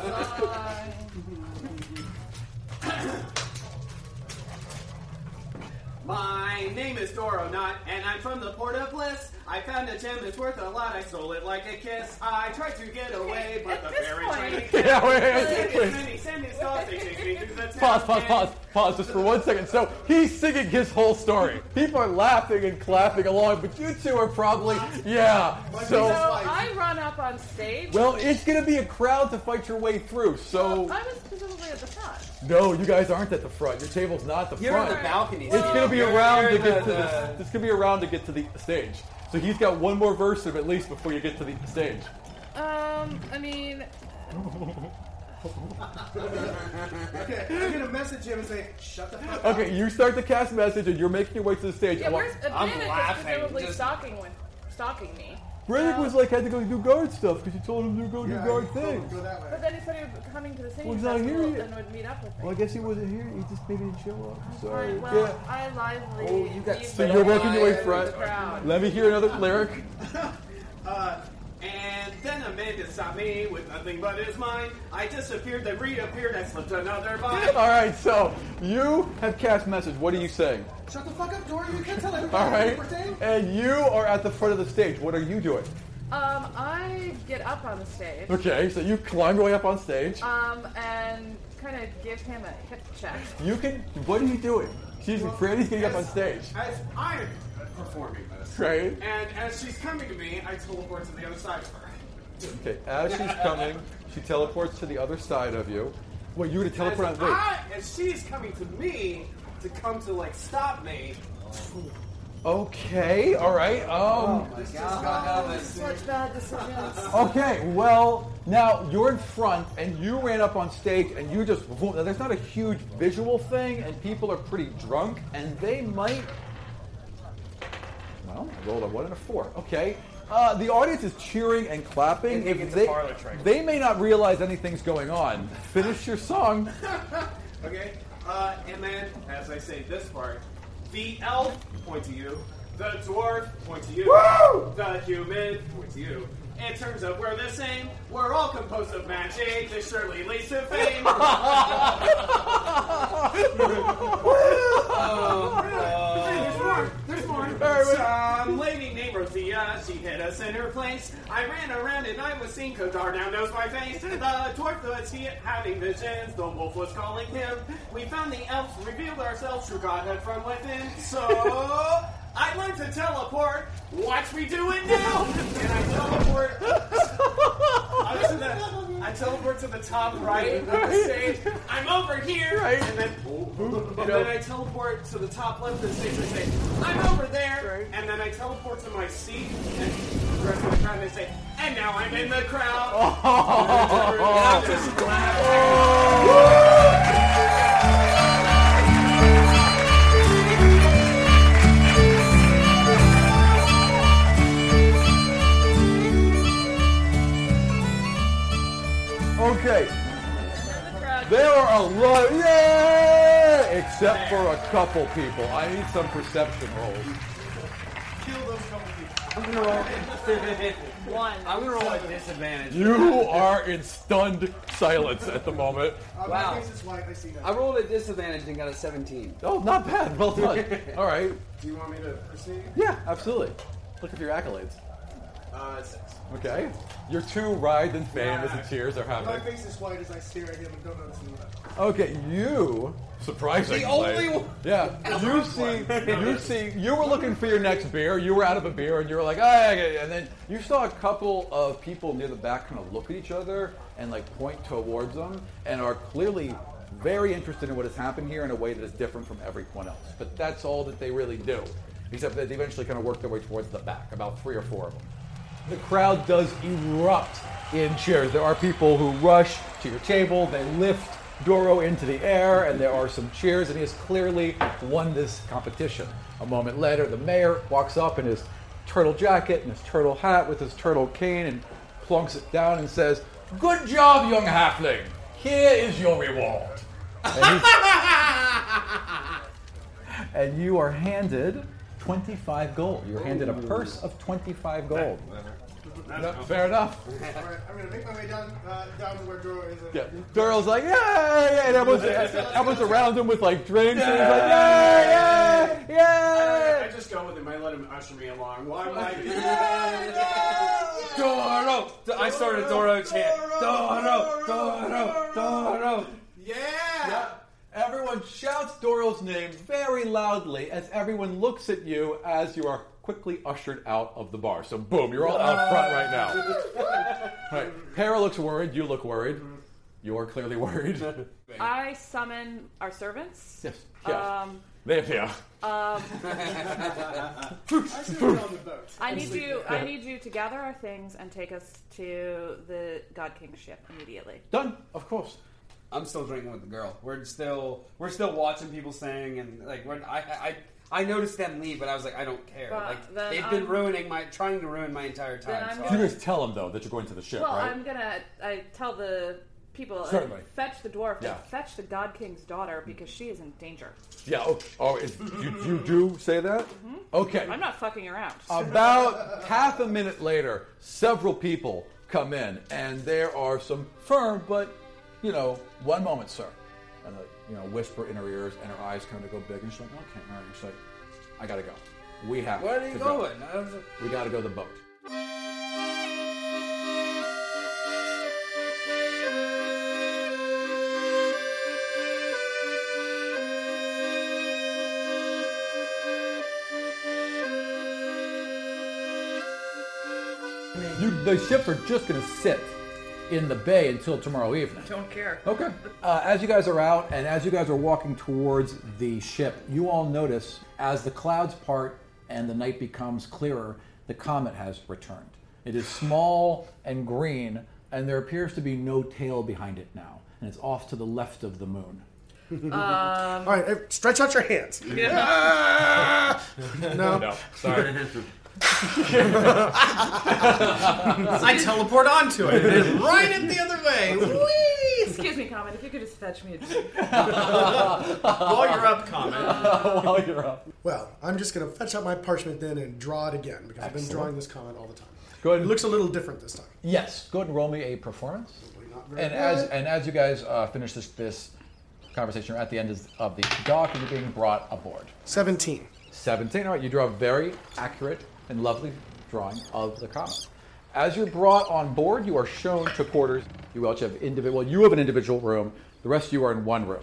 Speaker 2: My name is Doro Knot, and I'm from the Port of Bliss. I found a gem that's worth a lot. I stole it like a kiss. I tried to get away, but the
Speaker 4: At this
Speaker 2: fairy
Speaker 4: point-
Speaker 2: train.
Speaker 10: Yeah, wait,
Speaker 2: Send
Speaker 10: wait,
Speaker 2: me,
Speaker 10: wait.
Speaker 2: send me, send me stars. They chase me through the town.
Speaker 10: Pause, pause, pause, pause, just for one second. So he's singing his whole story. People are laughing and clapping along, but you two are probably, yeah.
Speaker 4: So
Speaker 10: So,
Speaker 4: I run up on stage.
Speaker 10: well, it's gonna be a crowd to fight your way through. So,
Speaker 4: I was presumably at the front.
Speaker 10: no, you guys aren't at the front. Your table's not at the
Speaker 9: You're on
Speaker 10: front.
Speaker 9: the balcony.
Speaker 10: It's gonna be
Speaker 9: You're-
Speaker 10: a round to
Speaker 9: you're
Speaker 10: get
Speaker 9: in
Speaker 10: to
Speaker 9: the-
Speaker 10: the. This could be a round to get to the stage. So he's got one more verse of at least before you get to the stage.
Speaker 4: Um, I mean,
Speaker 3: Okay, I'm gonna message him and say, shut the fuck up.
Speaker 10: Okay, you start the cast message and you're making your way to the stage.
Speaker 4: yeah,
Speaker 10: I want-
Speaker 4: where's Benedict was
Speaker 9: laughing,
Speaker 4: presumably
Speaker 9: just-
Speaker 4: stalking with stalking me.
Speaker 10: Riddick
Speaker 4: Well-
Speaker 10: was like had to go do guard stuff because you told him to go do
Speaker 3: Yeah,
Speaker 10: guard
Speaker 3: go-
Speaker 10: things.
Speaker 3: Go that way.
Speaker 4: But then he said he was coming to the singing
Speaker 10: Well, he's not
Speaker 4: festival
Speaker 10: here yet.
Speaker 4: and would meet up with me.
Speaker 10: Well, I guess he wasn't here. He just maybe didn't show up. I'm sorry.
Speaker 4: Alright, well,
Speaker 10: yeah.
Speaker 4: I lively.
Speaker 9: Oh, you got
Speaker 10: So
Speaker 9: I
Speaker 10: you're
Speaker 9: don't
Speaker 10: working your way
Speaker 9: like
Speaker 10: front.
Speaker 4: crowd.
Speaker 10: Let me hear another lyric.
Speaker 2: And then a man just stopped me with nothing but his mind. I disappeared, then reappeared. I slipped another vine.
Speaker 10: All right, so you have cast message. What are you saying?
Speaker 3: Shut the fuck up, Dora. You can't tell everybody
Speaker 10: All right,
Speaker 3: what we're saying.
Speaker 10: and you are at the front of the stage. What are you doing?
Speaker 4: Um, I get up on the stage.
Speaker 10: Okay, so you climb your way up on stage.
Speaker 4: Um, and kind of give him a hip check.
Speaker 10: You can. What are you doing? She's Franny's getting up on stage.
Speaker 2: As I'm performing this,
Speaker 10: Right.
Speaker 2: and as she's coming to me, I teleport to the other side of her.
Speaker 10: Okay, as she's coming, she teleports to the other side of you. Wait, you were to teleport on
Speaker 2: as,
Speaker 10: wait.
Speaker 2: I, as she's coming to me to come to like stop me,
Speaker 10: Okay, all right. Um,
Speaker 9: Oh
Speaker 4: Such bad decisions.
Speaker 10: Okay, well, now you're in front and you ran up on stage and you just. Now, there's not a huge visual thing and people are pretty drunk and they might. Well, I rolled a one and a four. Okay. Uh, the audience is cheering and clapping.
Speaker 9: They think it's a parlor trick.
Speaker 10: they may not realize anything's going on. Finish your song.
Speaker 2: Okay, uh, and then as I say this part, the elf point to you, the dwarf point to you, the human point to you. It turns out we're the same. We're all composed of magic. This surely leads to fame. There's more. There's more. Some lady named Rosia, uh, she hit us in her place. I ran around and I was seen. Kodar now knows my face. The dwarf was he having visions. The wolf was calling him. We found the elves, revealed ourselves, true godhead from within. So I learned to teleport. Watch me do it now. And I teleport. up to the- I teleport to the top right of the stage. I'm over here,
Speaker 10: Right.
Speaker 2: and then and then I teleport to the top left of the stage and say, I'm over there. And then I teleport to my seat and the rest of the crowd and I say, and now I'm in the crowd. And I'm just glad.
Speaker 10: Okay.
Speaker 4: The crowd
Speaker 10: There are a lot. Yeah! Except for a couple people. I need some perception rolls.
Speaker 2: Kill those couple people.
Speaker 9: I'm gonna roll.
Speaker 4: one.
Speaker 9: I'm gonna roll at disadvantage.
Speaker 10: You are in stunned silence at the moment.
Speaker 2: Oh,
Speaker 3: Uh,
Speaker 9: Wow.
Speaker 3: My face is white. I see that.
Speaker 9: I rolled at disadvantage and got a 17.
Speaker 10: Oh, not bad. Well done. All right.
Speaker 2: Do you want me to proceed?
Speaker 10: Yeah, absolutely. Look at your accolades.
Speaker 2: Uh, six.
Speaker 10: Okay. Your two rides and fame as the cheers are
Speaker 3: my
Speaker 10: happening.
Speaker 3: face is white as I stare at him and don't notice him.
Speaker 10: Okay, you. Surprisingly.
Speaker 9: The only one-
Speaker 10: Yeah. You see. You see. You were looking for your next beer. You were out of a beer, and you were like, ah, okay," and then you saw a couple of people near the back kind of look at each other and like point towards them, and are clearly very interested in what has happened here in a way that is different from everyone else. But that's all that they really do, except that they eventually kind of work their way towards the back, about three or four of them. The crowd does erupt in cheers. There are people who rush to your table, they lift Doro into the air, and there are some cheers, and he has clearly won this competition. A moment later, the mayor walks up in his turtle jacket and his turtle hat with his turtle cane and plonks it down and says, Good job, young halfling. Here is your reward. And, he- and you are handed 25 gold. You're handed a purse of 25 gold. No, fair enough.
Speaker 3: Alright, I'm gonna make my way down, uh, down to where Doro is. and-
Speaker 10: Yeah. Daryl's like, yeah, yeah, and everyone's, everyone's around him with like drinks, and he's like, yeah, yeah, yeah.
Speaker 13: I just go with him. I let him usher me along. Why am
Speaker 9: Doro! I started Doro chant. Doro! Doro! Doro!
Speaker 10: Yeah. Everyone shouts Doro's name very loudly as everyone looks at you as you are quickly ushered out of the bar. So boom, you're all out front right now. Right. Hera looks worried. You look worried. You're clearly worried.
Speaker 4: I summon our servants.
Speaker 10: Yes. Yeah.
Speaker 4: Um,
Speaker 10: They appear.
Speaker 4: um, I need you. I need you to gather our things and take us to the God King ship immediately.
Speaker 10: Done, of course.
Speaker 9: I'm still drinking with the girl. We're still we're still watching people sing and like we're, I I I noticed them leave, but I was like I don't care.
Speaker 4: Well,
Speaker 9: like
Speaker 4: then
Speaker 9: they've been
Speaker 4: I'm-
Speaker 9: ruining my trying to ruin my entire
Speaker 4: Then
Speaker 9: time.
Speaker 4: I'm
Speaker 9: so
Speaker 10: You
Speaker 9: I-
Speaker 10: guys tell him though that you're going to the ship,
Speaker 4: well,
Speaker 10: right?
Speaker 4: I'm gonna. I tell the people. uh,
Speaker 10: Certainly.
Speaker 4: Fetch the dwarf.
Speaker 10: Yeah.
Speaker 4: And fetch the God King's daughter because she is in danger.
Speaker 10: Yeah. Oh, oh it- you, you do say that? Okay.
Speaker 4: Mm-hmm. I'm not fucking around.
Speaker 10: About half a minute later, several people come in, and there are some firm, but you know, one moment, sir. And like, you know, whisper in her ears, and her eyes kind of go big, and she's like, "Okay, all right." She's like, "I gotta go. We have
Speaker 9: Where are you
Speaker 10: to go.
Speaker 9: going? I was-
Speaker 10: We gotta go to the boat." You, the ships are just gonna sit in the bay until tomorrow evening.
Speaker 4: Don't care.
Speaker 10: Okay. Uh, as you guys are out and as you guys are walking towards the ship, you all notice as the clouds part and the night becomes clearer, the comet has returned. It is small and green, and there appears to be no tail behind it now, and it's off to the left of the moon.
Speaker 3: All right, eh, stretch out your hands.
Speaker 8: Ah!
Speaker 10: Yeah.
Speaker 3: no.
Speaker 10: No,
Speaker 3: sorry.
Speaker 4: I
Speaker 2: teleport onto it, right in the other way.
Speaker 4: Excuse me, Comet. If you could just fetch me a drink.
Speaker 2: While you're up, comment.
Speaker 10: While Oh, you're up.
Speaker 3: Well, I'm just gonna fetch out my parchment then and draw it again because I've been
Speaker 10: Excellent.
Speaker 3: drawing this comment all the time.
Speaker 10: Go ahead.
Speaker 3: It looks a little different this time.
Speaker 10: Yes. Go ahead and roll me a performance.
Speaker 3: very
Speaker 10: And as
Speaker 3: good.
Speaker 10: and as you guys uh, finish this this conversation, we're at the end is- of the dock, and you're being brought aboard.
Speaker 3: Seventeen.
Speaker 10: Seventeen. All right. You draw a very accurate and lovely drawing of the comet. As you're brought on board, you are shown to quarters. You each have individual. You have an individual room. The rest of you are in one room,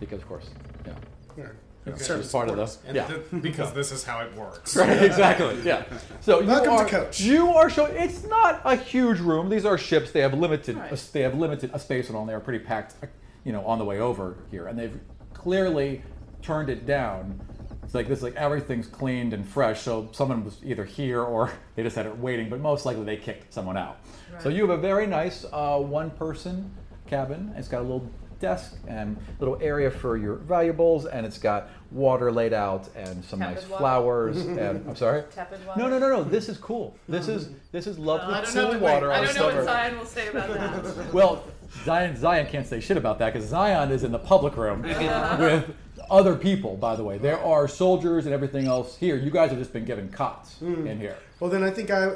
Speaker 10: because of course, yeah.
Speaker 3: Yeah.
Speaker 10: You know,
Speaker 3: Okay.
Speaker 10: it's just part of the
Speaker 2: And
Speaker 10: yeah.
Speaker 2: th- because this is how it works.
Speaker 10: Right, exactly. Yeah. So you
Speaker 2: Welcome
Speaker 10: are,
Speaker 2: to coach.
Speaker 10: You are showing. It's not a huge room. These are ships. They have limited.
Speaker 2: Right.
Speaker 10: uh, they have limited a space and all. and They are pretty packed. uh, You know, on the way over here, and they've clearly turned it down. It's like this. Like everything's cleaned and fresh. So someone was either here or they just had it waiting. But most likely they kicked someone out. So
Speaker 1: Right.
Speaker 10: you have a very nice uh, one-person cabin. It's got a little desk and little area for your valuables, and it's got water laid out and some
Speaker 4: Tepid
Speaker 10: nice
Speaker 4: water.
Speaker 10: flowers. and I'm sorry.
Speaker 4: Tepid
Speaker 10: No, no,
Speaker 4: water.
Speaker 10: no, no. This is cool. This is this is lovely
Speaker 4: I don't
Speaker 10: cool
Speaker 4: know. What,
Speaker 10: water
Speaker 4: I
Speaker 10: on
Speaker 4: don't know
Speaker 10: summer.
Speaker 4: what Zion will say about that.
Speaker 10: well, Zion Zion can't say shit about that because Zion is in the public room
Speaker 4: Uh-huh.
Speaker 10: with other people. By the way, there are soldiers and everything else here. You guys have just been given cots
Speaker 3: Mm.
Speaker 10: in here.
Speaker 3: Well, then I think I. uh,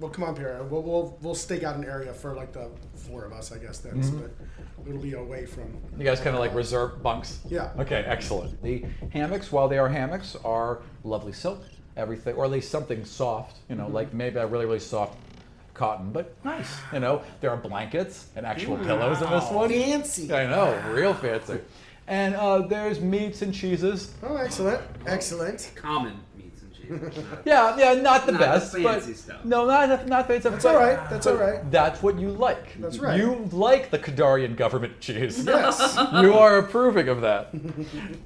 Speaker 3: Well, come on, Pyrrha. We'll, we'll we'll stake out an area for like the four of us, I guess. Then, so
Speaker 10: Mhm.
Speaker 3: that it'll be away from.
Speaker 10: You guys kind of like reserve bunks.
Speaker 3: Yeah.
Speaker 10: Okay, excellent. The hammocks, while they are hammocks, are lovely silk, everything, or at least something soft. You know,
Speaker 3: Mm-hmm.
Speaker 1: Mhm.
Speaker 10: like maybe a really, really soft cotton, but nice. You know, there are blankets and actual
Speaker 1: Wow.
Speaker 10: pillows in this one.
Speaker 3: Fancy.
Speaker 10: I know, real fancy. And uh, there's meats and cheeses.
Speaker 3: Oh, excellent, excellent.
Speaker 9: Common meats and cheese.
Speaker 10: Yeah, yeah, not the
Speaker 9: Not the
Speaker 10: best.
Speaker 9: fancy
Speaker 10: but
Speaker 9: stuff.
Speaker 10: No, not not fancy. That's
Speaker 3: all right, that's all right.
Speaker 10: That's what you like.
Speaker 3: That's right.
Speaker 10: You like the Kadarian government cheese.
Speaker 2: Yes.
Speaker 10: you are approving of that.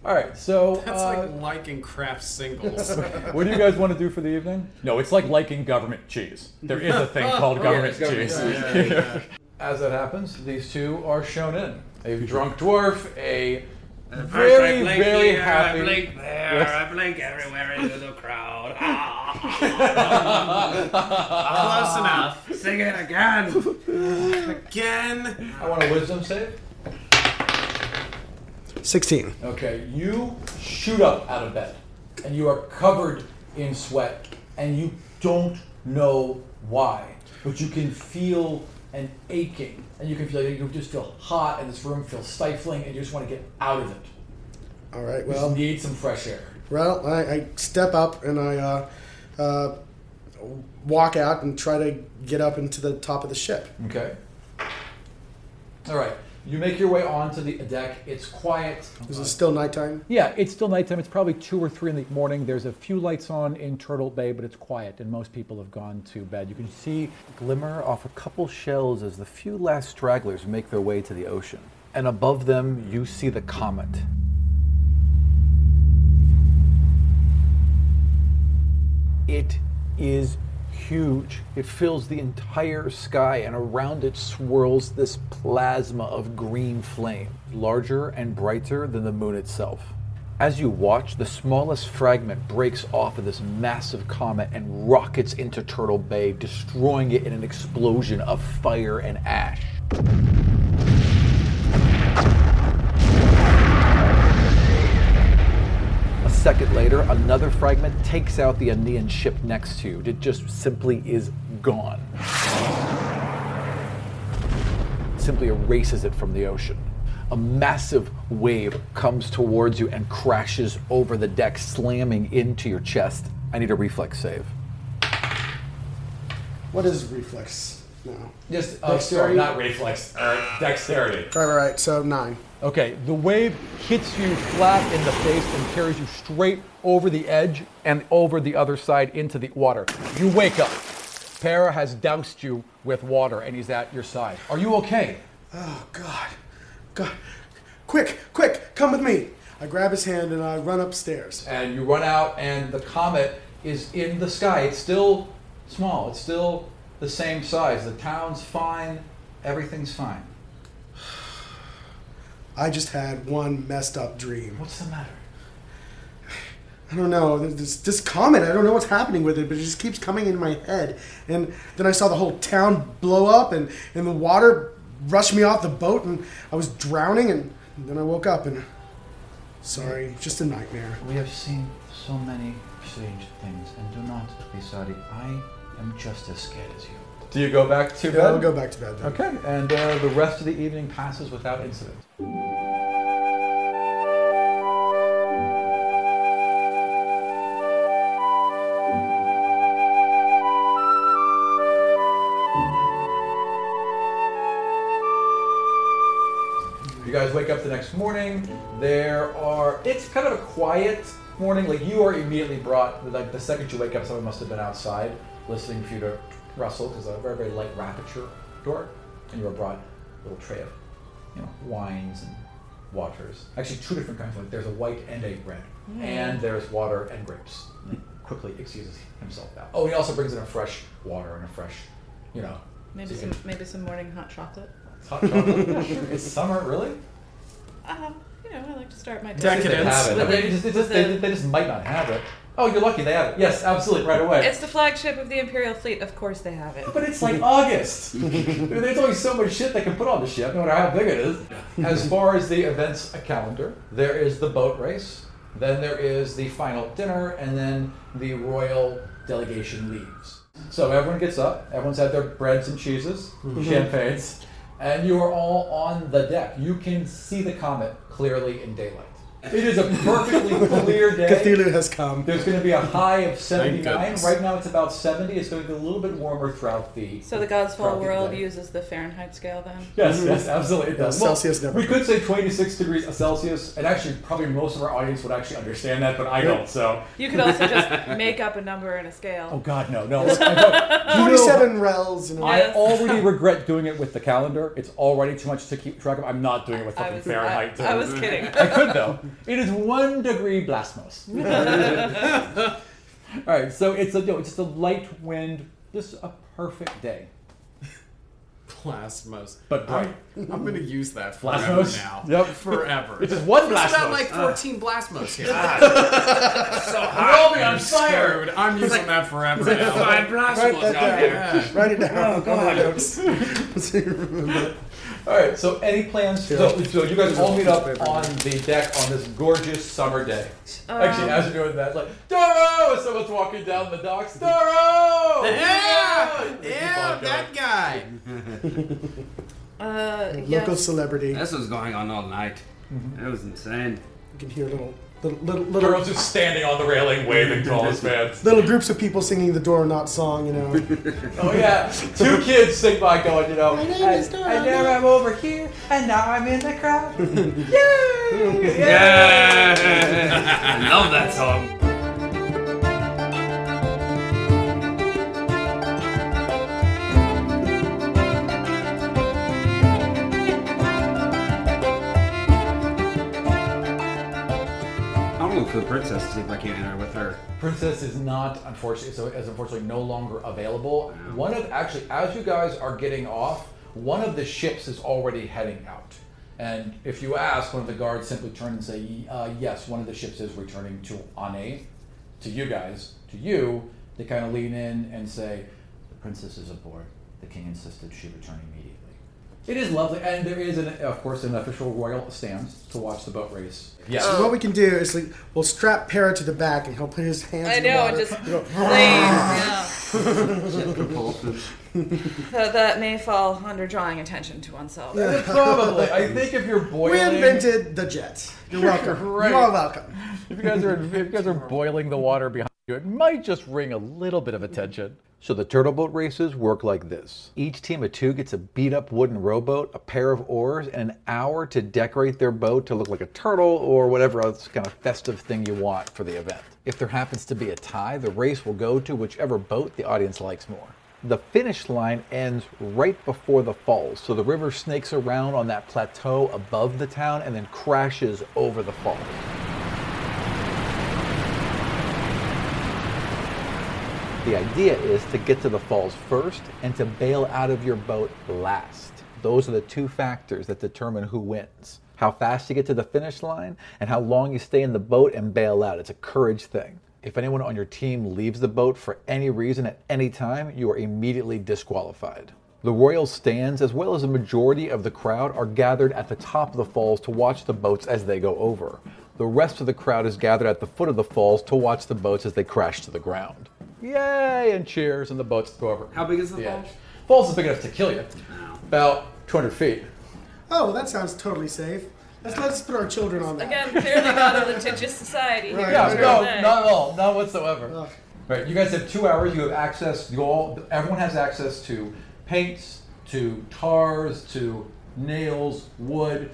Speaker 10: All right, so
Speaker 2: That's
Speaker 10: uh,
Speaker 2: like liking craft singles.
Speaker 10: what do you guys want to do for the evening? No, it's like liking government cheese. There is a thing called
Speaker 2: Yeah,
Speaker 10: government
Speaker 2: government
Speaker 10: cheese.
Speaker 2: cheese. Yeah, yeah, yeah.
Speaker 10: As that happens, these two are shown in. a drunk dwarf, a
Speaker 9: At first
Speaker 10: very,
Speaker 9: I blink
Speaker 10: very
Speaker 9: here,
Speaker 10: happy.
Speaker 9: I blink there,
Speaker 10: Yes.
Speaker 9: I blink everywhere into the crowd.
Speaker 10: Close
Speaker 9: Close enough. Sing it again. Again.
Speaker 10: I want a wisdom save.
Speaker 3: 16.
Speaker 10: Okay, you shoot up out of bed, and you are covered in sweat, and you don't know why, but you can feel an aching, and you can feel you just feel hot, and this room feels stifling, and you just want to get out of it.
Speaker 3: All right,
Speaker 10: You just
Speaker 3: well.
Speaker 10: need some fresh air.
Speaker 3: Well, I, I step up and I uh, uh, walk out and try to get up into the top of the ship.
Speaker 10: Okay. All right. You make your way onto the deck. It's quiet.
Speaker 3: Is it still nighttime?
Speaker 10: Yeah, it's still nighttime. It's probably two or three in the morning. There's a few lights on in Turtle Bay, but it's quiet, and most people have gone to bed. You can see
Speaker 1: glimmer off a couple shells as the few last stragglers make their way to the ocean. And above them, you see the comet. It is huge. It fills the entire sky, and around it swirls this plasma of green flame, larger and brighter than the moon itself. As you watch, the smallest fragment breaks off of this massive comet and rockets into Turtle Bay, destroying it in an explosion of fire and ash. A second later, another fragment takes out the Aenean ship next to you. It just simply is gone. Simply erases it from the ocean. A massive wave comes towards you and crashes over the deck, slamming into your chest. I need a reflex save.
Speaker 3: What is reflex now?
Speaker 10: Just uh, sorry, not reflex. Uh, dexterity.
Speaker 3: Right, right, right. So nine.
Speaker 10: Okay, the wave hits you flat in the face and carries you straight over the edge and over the other side into the water. You wake up. Para has doused you with water and he's at your side. Are you okay?
Speaker 3: Oh God, God! Quick, quick! Come with me. I grab his hand and I run upstairs.
Speaker 10: And you run out, and the comet is in the sky. It's still small, it's still the same size. The town's fine, everything's fine.
Speaker 3: I just had one messed up dream.
Speaker 10: What's the matter?
Speaker 3: I don't know. There's This, this comet, I don't know what's happening with it, but it just keeps coming in my head. And then I saw the whole town blow up, and, and the water rushed me off the boat, and I was drowning, and then I woke up, and sorry, just a nightmare.
Speaker 14: We have seen so many strange things, and do not be sorry. I am just as scared as you.
Speaker 10: Do you go back to
Speaker 3: Yeah,
Speaker 10: bed?
Speaker 3: I'll go back to bed then.
Speaker 10: Okay, and uh, the rest of the evening passes without incident. You guys wake up the next morning. There are. It's kind of a quiet morning. Like you are immediately brought. Like the second you wake up, someone must have been outside listening for you to rustle because a very very light rap at your door, and you are brought a little tray of, you know, wines and waters. Actually, two different kinds. Like there's a white and a red,
Speaker 1: Mm.
Speaker 10: and there's water and grapes. And he quickly excuses himself out. Oh, he also brings in a fresh water and a fresh, you know.
Speaker 4: Maybe
Speaker 10: so you
Speaker 4: some
Speaker 10: can-
Speaker 4: maybe some morning hot chocolate.
Speaker 10: it's hot chocolate. it's summer, really.
Speaker 4: Um, you know, I like to start my day.
Speaker 10: Just They have it. They just, they, just, they, they just might not have it. Oh, you're lucky they have it. Yes, absolutely, right away.
Speaker 4: It's the flagship of the Imperial Fleet. Of course, they have it.
Speaker 10: but it's like August. There's only so much shit they can put on the ship, no matter how big it is. As far as the events calendar, there is the boat race, then there is the final dinner, and then the royal delegation leaves. So everyone gets up, everyone's had their breads and cheeses,
Speaker 1: Mhm.
Speaker 10: champagnes, and you are all on the deck. You can see the comet clearly in daylight. It is a perfectly clear day.
Speaker 3: Cthulhu has come.
Speaker 10: There's going to be a high of
Speaker 3: Thank
Speaker 10: 79.
Speaker 3: goodness.
Speaker 10: Right now it's about 70. It's going to be a little bit warmer throughout the.
Speaker 4: So the God's Fall
Speaker 10: throughout the
Speaker 4: world
Speaker 10: day.
Speaker 4: uses the Fahrenheit scale then?
Speaker 10: Yes, yes, absolutely. It does.
Speaker 3: Yeah, Celsius never
Speaker 10: We could say 26 degrees Celsius, and actually, probably most of our audience would actually understand that, but I don't, so.
Speaker 4: You could also just make up a number and a scale.
Speaker 10: Oh, God, no, no. I don't- you know-
Speaker 3: 47 rels and
Speaker 10: I already regret doing it with the calendar. It's already too much to keep track of. I'm not doing it with
Speaker 4: I
Speaker 10: fucking
Speaker 4: was-
Speaker 10: Fahrenheit.
Speaker 4: I- I
Speaker 10: too.
Speaker 4: was kidding.
Speaker 10: I could though. It is one degree blasmos. All right, so it's a you know, it's just a light wind, just a perfect day.
Speaker 2: Plasmos.
Speaker 9: But bright.
Speaker 2: I'm, I'm gonna use that forever
Speaker 9: Blasmos?
Speaker 2: now.
Speaker 9: Yep.
Speaker 2: Forever. Uh.
Speaker 9: It's just one
Speaker 2: There's about
Speaker 9: Blasmos.
Speaker 2: like 14 Blasmos here.
Speaker 9: Ah.
Speaker 2: so hot.
Speaker 9: Roll me
Speaker 2: and
Speaker 9: on fire.
Speaker 2: screwed. I'm using
Speaker 9: Like-
Speaker 2: that forever
Speaker 9: Like
Speaker 2: now.
Speaker 9: five Blasmos Write that out down. there.
Speaker 3: Write it down.
Speaker 2: Oh, God.
Speaker 3: God.
Speaker 1: All right. So, any plans? So, so you guys all meet up on the deck on this gorgeous summer day. Actually, as you're doing that, like Doro, as someone's walking down the docks. Doro.
Speaker 2: Yeah,
Speaker 1: Keep
Speaker 2: yeah,
Speaker 1: on
Speaker 2: that guy.
Speaker 15: Uh,
Speaker 3: yeah. Local celebrity. Mm-hmm.
Speaker 8: This was going on all night. It was insane.
Speaker 3: You can hear little, little, little, little,
Speaker 1: Doro's just standing on the railing, waving to all his fans.
Speaker 3: little groups of people singing the Door Not song, you know.
Speaker 1: Oh yeah, two kids sing by going, you know.
Speaker 10: is
Speaker 1: and-
Speaker 10: And now I'm over here, and now I'm in the crowd. Yay!
Speaker 8: Yeah, I love that song. I'll look for the princess to see if I can enter with her.
Speaker 1: Princess is not unfortunately so is unfortunately no longer available. One of actually as you guys are getting off, one of the ships is already heading out. And if you ask, one of the guards simply turn and say, uh, "Yes, one of the ships is returning to Ane, to you guys, to you." They kind of lean in and say, "The princess is aboard. The king insisted she return immediately." It is lovely, and there is, an, of course, an official royal stand to watch the boat race. Yes.
Speaker 3: So what we can do is like, we'll strap Para to the back and he'll put his hands.
Speaker 16: I
Speaker 3: in the
Speaker 16: know,
Speaker 3: water.
Speaker 16: and just
Speaker 3: He'll go,
Speaker 16: So that may fall under drawing attention to oneself.
Speaker 1: Probably. I think if you're boiling,
Speaker 3: We invented the jet. You're welcome.
Speaker 1: Right.
Speaker 3: You're all welcome.
Speaker 1: If you guys are if you guys are boiling the water behind you, it might just ring a little bit of attention. So the turtle boat races work like this. Each team of two gets a beat up wooden rowboat, a pair of oars, and an hour to decorate their boat to look like a turtle or whatever else kind of festive thing you want for the event. If there happens to be a tie, the race will go to whichever boat the audience likes more. The finish line ends right before the falls, so the river snakes around on that plateau above the town and then crashes over the falls. The idea is to get to the falls first and to bail out of your boat last. Those are the two factors that determine who wins how fast you get to the finish line and how long you stay in the boat and bail out. It's a courage thing. If anyone on your team leaves the boat for any reason at any time, you are immediately disqualified. The royal stands, as well as a majority of the crowd, are gathered at the top of the falls to watch the boats as they go over. The rest of the crowd is gathered at the foot of the falls to watch the boats as they crash to the ground. Yay! And cheers, and the boats go over. How big is the, falls? Oh. Falls is big enough to kill you. About 200 feet.
Speaker 3: Oh, that sounds totally safe. Let's let's put our children on that.
Speaker 4: Again, clearly not a litigious society. here.
Speaker 1: Yeah,
Speaker 4: Sure
Speaker 1: no,
Speaker 4: thing.
Speaker 1: not at all, not whatsoever. Right, you guys have two hours. You have access. You all, everyone has access to paints, to tars, to nails, wood,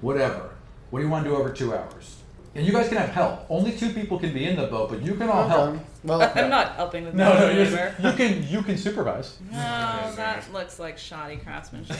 Speaker 1: whatever. What do you want to do over two hours? And you guys can have help. Only two people can be in the boat, but you can all help.
Speaker 3: Well,
Speaker 4: I'm not helping with
Speaker 1: No,
Speaker 4: that
Speaker 1: no, you,
Speaker 4: anywhere.
Speaker 1: you can you can supervise.
Speaker 4: No, that looks like shoddy craftsmanship.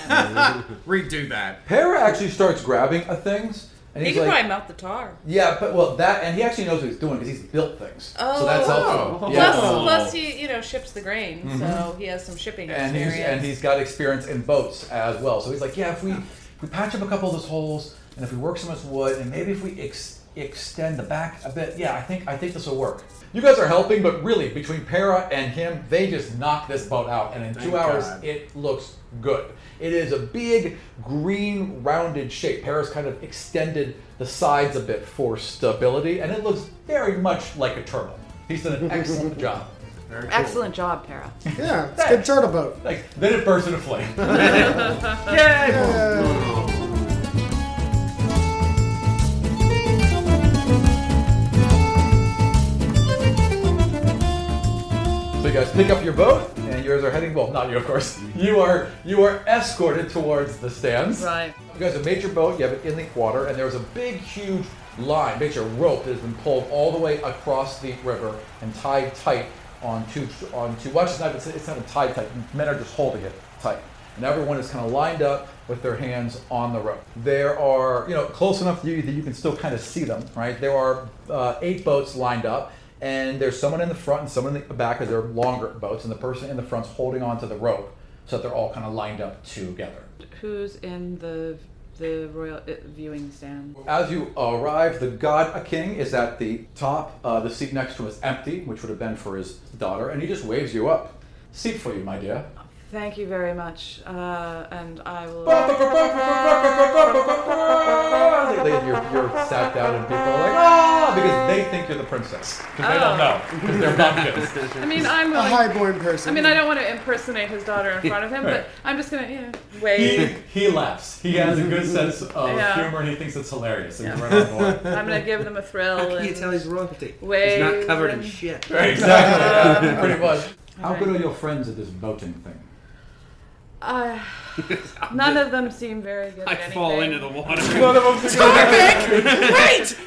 Speaker 2: Redo that.
Speaker 1: Hera actually starts grabbing uh, things, and
Speaker 4: he
Speaker 1: he's
Speaker 4: can
Speaker 1: like,
Speaker 4: probably melt the tar.
Speaker 1: "Yeah, but well that," and he actually knows what he's doing because he's built things.
Speaker 4: Oh,
Speaker 1: so that's helpful. Yeah. Oh.
Speaker 4: Plus, plus he you know ships the grain, so
Speaker 1: Mhm.
Speaker 4: he has some shipping
Speaker 1: and he's,
Speaker 4: experience.
Speaker 1: and he's got experience in boats as well. So he's like, yeah, if we if we patch up a couple of those holes, and if we work some of this wood, and maybe if we ex- extend the back a bit, yeah, I think I think this will work. You guys are helping, but really between Para and him, they just knock this boat out, and in
Speaker 2: Thank
Speaker 1: two hours
Speaker 2: God.
Speaker 1: it looks good. It is a big green rounded shape. Para's kind of extended the sides a bit for stability, and it looks very much like a turtle. He's done an excellent job.
Speaker 16: Excellent job, Tara.
Speaker 3: Yeah, it's a good turtle boat.
Speaker 1: Like, then it bursts into flame. So you guys pick up your boat, and yours are heading. Well, not you, of course. You are you are escorted towards the stands.
Speaker 4: Right.
Speaker 1: You guys have made your boat. You have it in the water, and there's a big, huge line, major rope that has been pulled all the way across the river and tied tight on two on two. Well, it's not it's, it's not even tied tight. Men are just holding it tight, and everyone is kind of lined up with their hands on the rope. There are you know close enough to you that you can still kind of see them. Right. There are uh, eight boats lined up and there's someone in the front and someone in the back because they're longer boats, and the person in the front's holding onto the rope so that they're all kind of lined up together.
Speaker 4: Who's in the the royal uh, viewing stand?
Speaker 8: As you arrive, the god a king is at the top. Uh, the seat next to him is empty, which would have been for his daughter, and he just waves you up. Seat for you, my dear.
Speaker 4: Thank you very much, uh, and I will.
Speaker 8: Ah, they- they- You're, you're sat down, and people are like, ah, because they think you're the princess. Because they don't
Speaker 4: Oh.
Speaker 8: know. Because they're bumpkins.
Speaker 4: I mean, I'm
Speaker 3: a
Speaker 4: willing-
Speaker 3: highborn person.
Speaker 4: I mean, I don't want to impersonate his daughter in front of him, but I'm just gonna, you know, wave.
Speaker 1: He laughs. He has a good sense of
Speaker 4: Yeah.
Speaker 1: humor and he thinks it's hilarious. And we're on board.
Speaker 4: I'm gonna give them a thrill.
Speaker 2: How can
Speaker 4: and
Speaker 2: you tell he's royalty?
Speaker 4: Wave
Speaker 2: He's not covered in
Speaker 4: and-
Speaker 2: shit.
Speaker 1: Right, exactly. Yeah, pretty much.
Speaker 8: How good are your friends at this boating thing?
Speaker 4: Uh, none of them seem very good.
Speaker 2: I
Speaker 4: at
Speaker 2: fall
Speaker 4: anything.
Speaker 2: into the water.
Speaker 4: None of them's
Speaker 2: Topic! Wait!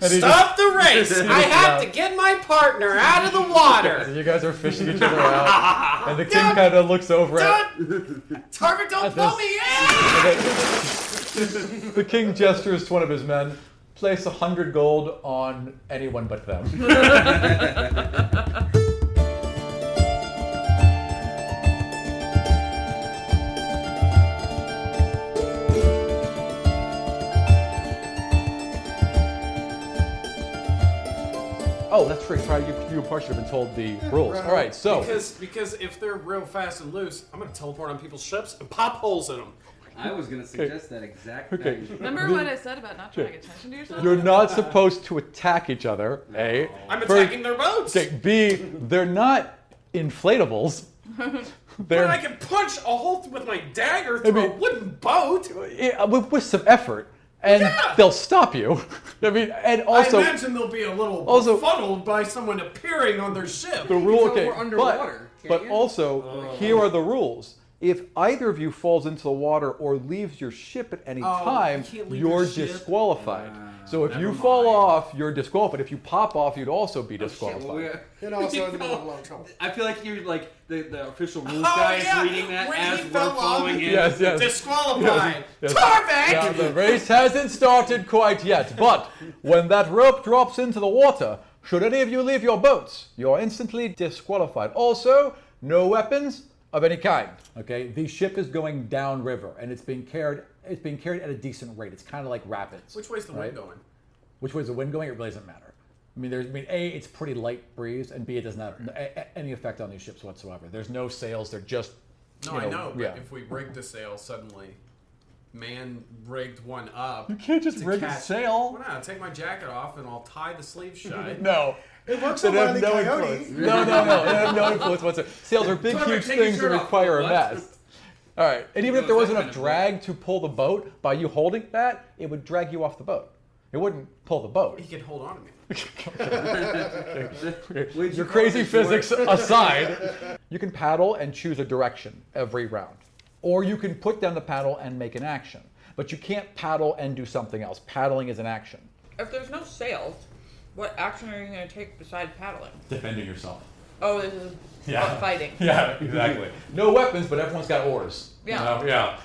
Speaker 1: And he just-
Speaker 2: Stop the race!
Speaker 1: he
Speaker 2: I
Speaker 1: just
Speaker 2: have to
Speaker 1: laughed.
Speaker 2: get my partner out of the water!
Speaker 1: So you guys are fishing each other out, and the king kind of looks over at.
Speaker 2: Target, don't blow me
Speaker 1: and then- the king gestures to one of his men. Place a hundred gold on anyone but them. Oh, that's right. Probably you, you probably should have been told the rules. All right, so
Speaker 2: Because, because if they're real fast and loose, I'm going to teleport on people's ships and pop holes in them.
Speaker 10: I was going to suggest that exact
Speaker 1: Okay.
Speaker 10: thing.
Speaker 4: Remember what I said about not trying to get attention to yourself?
Speaker 1: You're not supposed to attack each other, eh? A.
Speaker 4: I'm
Speaker 1: First-
Speaker 4: attacking their boats.
Speaker 1: Okay, B, they're not inflatables.
Speaker 2: But
Speaker 1: They're
Speaker 2: I can punch a hole th- with my dagger through a wooden boat.
Speaker 1: eh, with, with some effort, and they'll stop you. I mean, and also.
Speaker 2: I imagine they'll be a little
Speaker 1: Also-
Speaker 2: befuddled by someone appearing on their ship. Oh,
Speaker 1: the rule okay, but, but also here are the rules if either of you falls into the water or leaves your ship at any
Speaker 8: Oh, you
Speaker 1: time
Speaker 8: can't leave
Speaker 1: you're
Speaker 8: your ship?
Speaker 1: disqualified so if you fall off you're disqualified if you pop off you'd also be disqualified
Speaker 3: And also in the middle of a lot of trouble.
Speaker 10: I feel like you're like the, the official rules
Speaker 2: Oh,
Speaker 10: guy
Speaker 2: yeah.
Speaker 10: is reading that
Speaker 2: When
Speaker 10: as
Speaker 2: he
Speaker 10: we're
Speaker 2: fell off.
Speaker 10: following him.
Speaker 1: Yes, yes.
Speaker 2: Disqualified.
Speaker 1: Yes, yes.
Speaker 2: Tarvik!
Speaker 1: Now, the race hasn't started quite yet, but when that rope drops into the water, should any of you leave your boats, you're instantly disqualified. Also, no weapons of any kind. Okay, the ship is going downriver, and it's being carried. It's being carried at a decent rate. It's kind of like rapids.
Speaker 2: Which way's the
Speaker 1: right?
Speaker 2: wind going?
Speaker 1: Which way is the wind going? It really doesn't matter. I mean, there's, I mean, A, it's pretty light breeze, and B, it doesn't have a- a- any effect on these ships whatsoever. There's no sails. They're just.
Speaker 2: No,
Speaker 1: you
Speaker 2: I know, but
Speaker 1: yeah.
Speaker 2: if we rigged the sail suddenly, man rigged one up.
Speaker 1: You can't just
Speaker 2: to
Speaker 1: rig a
Speaker 2: catch-
Speaker 1: sail.
Speaker 2: Why not? I'll take my jacket off and I'll tie the sleeve shut.
Speaker 1: No.
Speaker 2: They
Speaker 1: They have no influence. No, no, no. They have no influence whatsoever. Sails are big,
Speaker 2: Sorry,
Speaker 1: huge
Speaker 2: take your
Speaker 1: things that
Speaker 2: shirt off.
Speaker 1: require a
Speaker 2: What?
Speaker 1: mast. All right. And even if there wasn't enough drag to pull the boat, by you holding that, it would drag you off the boat. It wouldn't pull the boat.
Speaker 2: He can hold on to me.
Speaker 1: Okay. Your crazy physics aside, you can paddle and choose a direction every round. Or you can put down the paddle and make an action. But you can't paddle and do something else. Paddling is an action.
Speaker 17: If there's no sails, what action are you going to take besides paddling?
Speaker 1: Defending yourself.
Speaker 17: Oh, this is about fighting.
Speaker 1: Yeah, exactly. no weapons, but everyone's got oars.
Speaker 17: Yeah.
Speaker 1: You know? Yeah.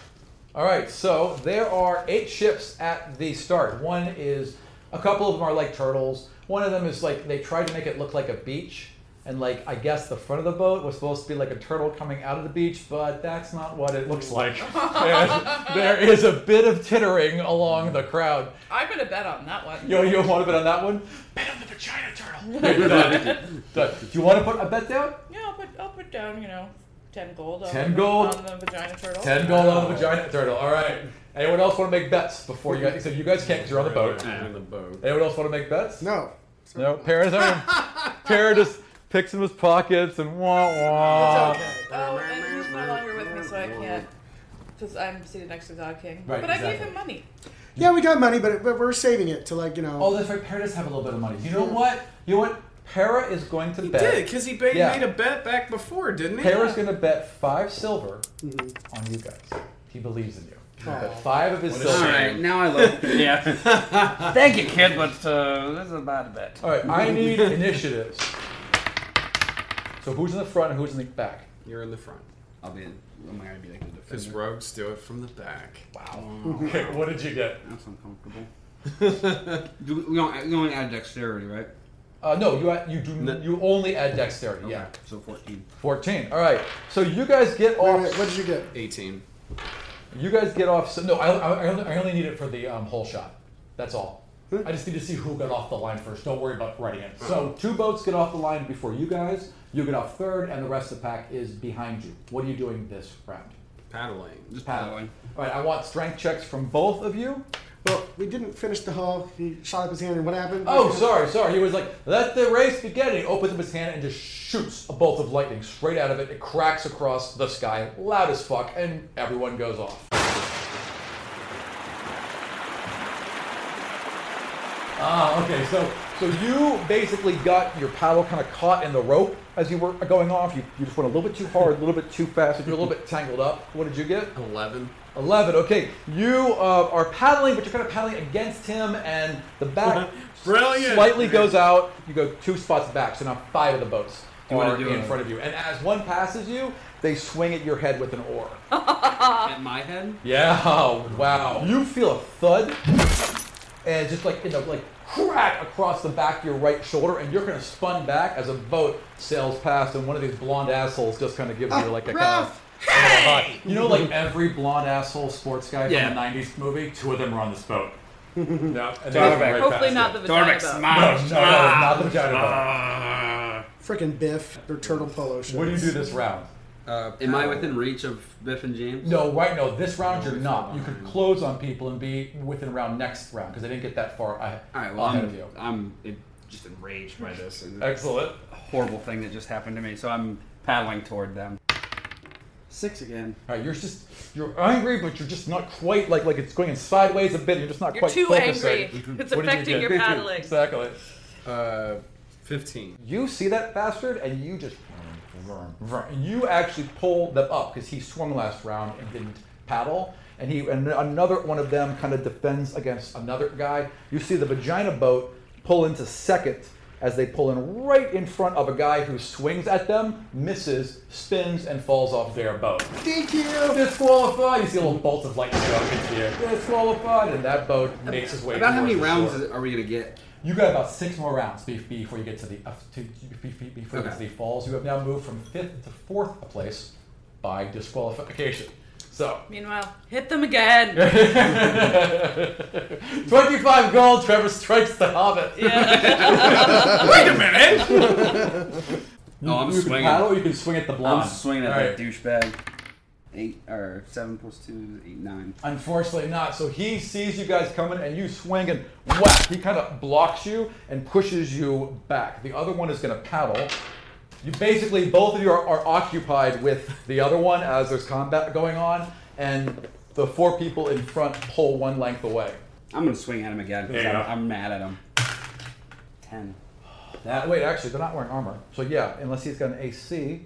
Speaker 1: All right, so there are eight ships at the start. One is, a couple of them are like turtles. One of them is like, they tried to make it look like a beach. And like, I guess the front of the boat was supposed to be like a turtle coming out of the beach, but that's not what it looks like. and there is a bit of tittering along the crowd.
Speaker 17: I'm going to bet on that one.
Speaker 1: Yo, you want to bet on that one? Bet on the vagina turtle. Done. Do you want to put a bet down?
Speaker 17: Yeah, I'll put, I'll put down, you know, 10 gold, on,
Speaker 1: 10 gold.
Speaker 17: on the vagina turtle.
Speaker 1: Ten gold on the vagina turtle. All right. Anyone else want to make bets before you guys? So you guys can't because you're on the boat.
Speaker 2: Yeah, on the boat.
Speaker 1: Anyone else want to make bets? No. No. Parents are. Parrot just picks in his pockets and wah wah.
Speaker 17: Oh, and he's no longer with me, so I can't. Because I'm seated next to God King.
Speaker 1: Right,
Speaker 17: but I gave
Speaker 1: exactly.
Speaker 17: him money.
Speaker 3: Yeah, we got money, but, but we're saving it to like you know.
Speaker 1: Oh, that's right. Paradise have a little bit of money. You know what? You know what? Para is going to
Speaker 2: He
Speaker 1: bet.
Speaker 2: did, because he ba-
Speaker 1: Yeah.
Speaker 2: made a bet back before, didn't he?
Speaker 1: Para's going to bet five silver
Speaker 2: Mm-hmm.
Speaker 1: on you guys. He believes in you. He's gonna bet five of his
Speaker 10: What a
Speaker 1: silver.
Speaker 10: shame. All right, now I love- Yeah. Thank you, kid, but uh, this is a bad bet.
Speaker 1: All right, I need initiatives. So who's in the front and who's in the back?
Speaker 2: You're in the front.
Speaker 10: I'll be in. Am I going to be like the defender?
Speaker 2: Because rogues do it from the back.
Speaker 1: Wow.
Speaker 10: Okay,
Speaker 1: what did you get?
Speaker 10: That's uncomfortable. Do we, we, don't, we only add dexterity, right?
Speaker 1: Uh, no, you add- you do you only add dexterity. Yeah.
Speaker 18: So 14.
Speaker 1: 14. All right. So you guys get off.
Speaker 3: what did you get?
Speaker 1: 18. You guys get off. So, no, I, I, I only, I only need it for the um, whole shot. That's all. I just need to see who got off the line first. Don't worry about writing it. So two boats get off the line before you guys. You get off third, and the rest of the pack is behind you. What are you doing this round?
Speaker 19: Paddling.
Speaker 1: Just paddling. All right. I want strength checks from both of you.
Speaker 3: Well, we didn't finish the hull. He shot up his hand, and what happened?
Speaker 1: Oh, sorry, sorry. He was like, let the race begin. And he opens up his hand and just shoots a bolt of lightning straight out of it. It cracks across the sky, loud as fuck, and everyone goes off. Ah, okay. So, so you basically got your paddle kind of caught in the rope as you were going off. You, you just went a little bit too hard, a little bit too fast, and you're a little bit tangled up. What did you get? Eleven. Eleven. Okay, you uh, are paddling, but you're kind of paddling against him, and the back
Speaker 19: Brilliant.
Speaker 1: slightly goes out. You go two spots back, so now five of the boats
Speaker 19: Do what I
Speaker 1: are
Speaker 19: do.
Speaker 1: in front of you, and as one passes you, they swing at your head with an oar.
Speaker 9: At my head?
Speaker 1: Yeah, wow. You feel a thud, and just like in the like crack across the back of your right shoulder, and you're kind of spun back as a boat sails past, and one of these blonde assholes just kind of gives you like a kind of. You know, like every blonde asshole sports guy
Speaker 19: Yeah.
Speaker 1: from the '90s movie. Two of them were on this boat. no, and they
Speaker 19: Dorbeck.
Speaker 1: went
Speaker 4: Oh,
Speaker 1: right
Speaker 19: Hopefully not
Speaker 1: past you.
Speaker 19: the vagina Dorbeck's boat. smashed.
Speaker 1: No, no, no,
Speaker 19: Ah.
Speaker 1: not the vagina
Speaker 3: Freaking Biff or Turtle Polo shit.
Speaker 1: What do you do this round?
Speaker 9: Uh, Am I within reach of Biff and James?
Speaker 1: boat. No, right? No, this round you're not. You could close on people and be within round next round because they didn't get that far. I,
Speaker 9: All right. Well,
Speaker 1: ahead
Speaker 9: I'm,
Speaker 1: of you.
Speaker 9: I'm it- just enraged by this. and-
Speaker 1: Excellent.
Speaker 9: Horrible thing that just happened to me. So I'm paddling toward them. Six again.
Speaker 1: All right, you're just you're angry, but you're just not quite like like it's going sideways a bit. You're just not
Speaker 19: You're
Speaker 1: quite
Speaker 19: too
Speaker 1: focused
Speaker 19: angry.
Speaker 1: right.
Speaker 19: It's
Speaker 1: What did you
Speaker 19: affecting
Speaker 1: get?
Speaker 19: your paddling.
Speaker 1: exactly.
Speaker 19: Uh, 15.
Speaker 1: You see that bastard, and you just vroom, vroom. And you actually pull them up because he swung last round and didn't paddle. And he and another one of them kind of defends against another guy. You see the vagina boat pull into second as they pull in right in front of a guy who swings at them, misses, spins, and falls off their boat.
Speaker 3: DQ!
Speaker 1: Disqualified! You see a little bolt of lightning go up into you. Disqualified! And that boat makes its way
Speaker 9: About how many
Speaker 1: towards the
Speaker 9: rounds
Speaker 1: shore.
Speaker 9: is- are we gonna get?
Speaker 1: You got about six more rounds be- before you get to the uh, to, before you get to
Speaker 9: Okay.
Speaker 1: the falls. You have now moved from fifth to fourth place by disqualification. So
Speaker 4: Hmm.
Speaker 20: Meanwhile, hit them again.
Speaker 1: twenty-five gold. Trevor strikes the hobbit.
Speaker 9: Oh,
Speaker 1: Wait a minute.
Speaker 9: No, Oh, I'm
Speaker 1: you can
Speaker 9: swinging.
Speaker 1: paddle, you can swing at the blonde.
Speaker 9: I'm swinging at
Speaker 1: All
Speaker 9: that douchebag. Eight or seven plus two is eight nine.
Speaker 1: Unfortunately, not. So he sees you guys coming, and you swing and whack. He kind of blocks you and pushes you back. The other one is going to paddle. You basically both of you are, are occupied with the other one as there's combat going on, and the four people in front pull one length away.
Speaker 9: I'm gonna swing at him again. 'cause
Speaker 1: Yeah.
Speaker 9: I'm, I'm mad at him. Ten.
Speaker 1: That wait, actually, they're not wearing armor. So yeah, unless he's got an AC.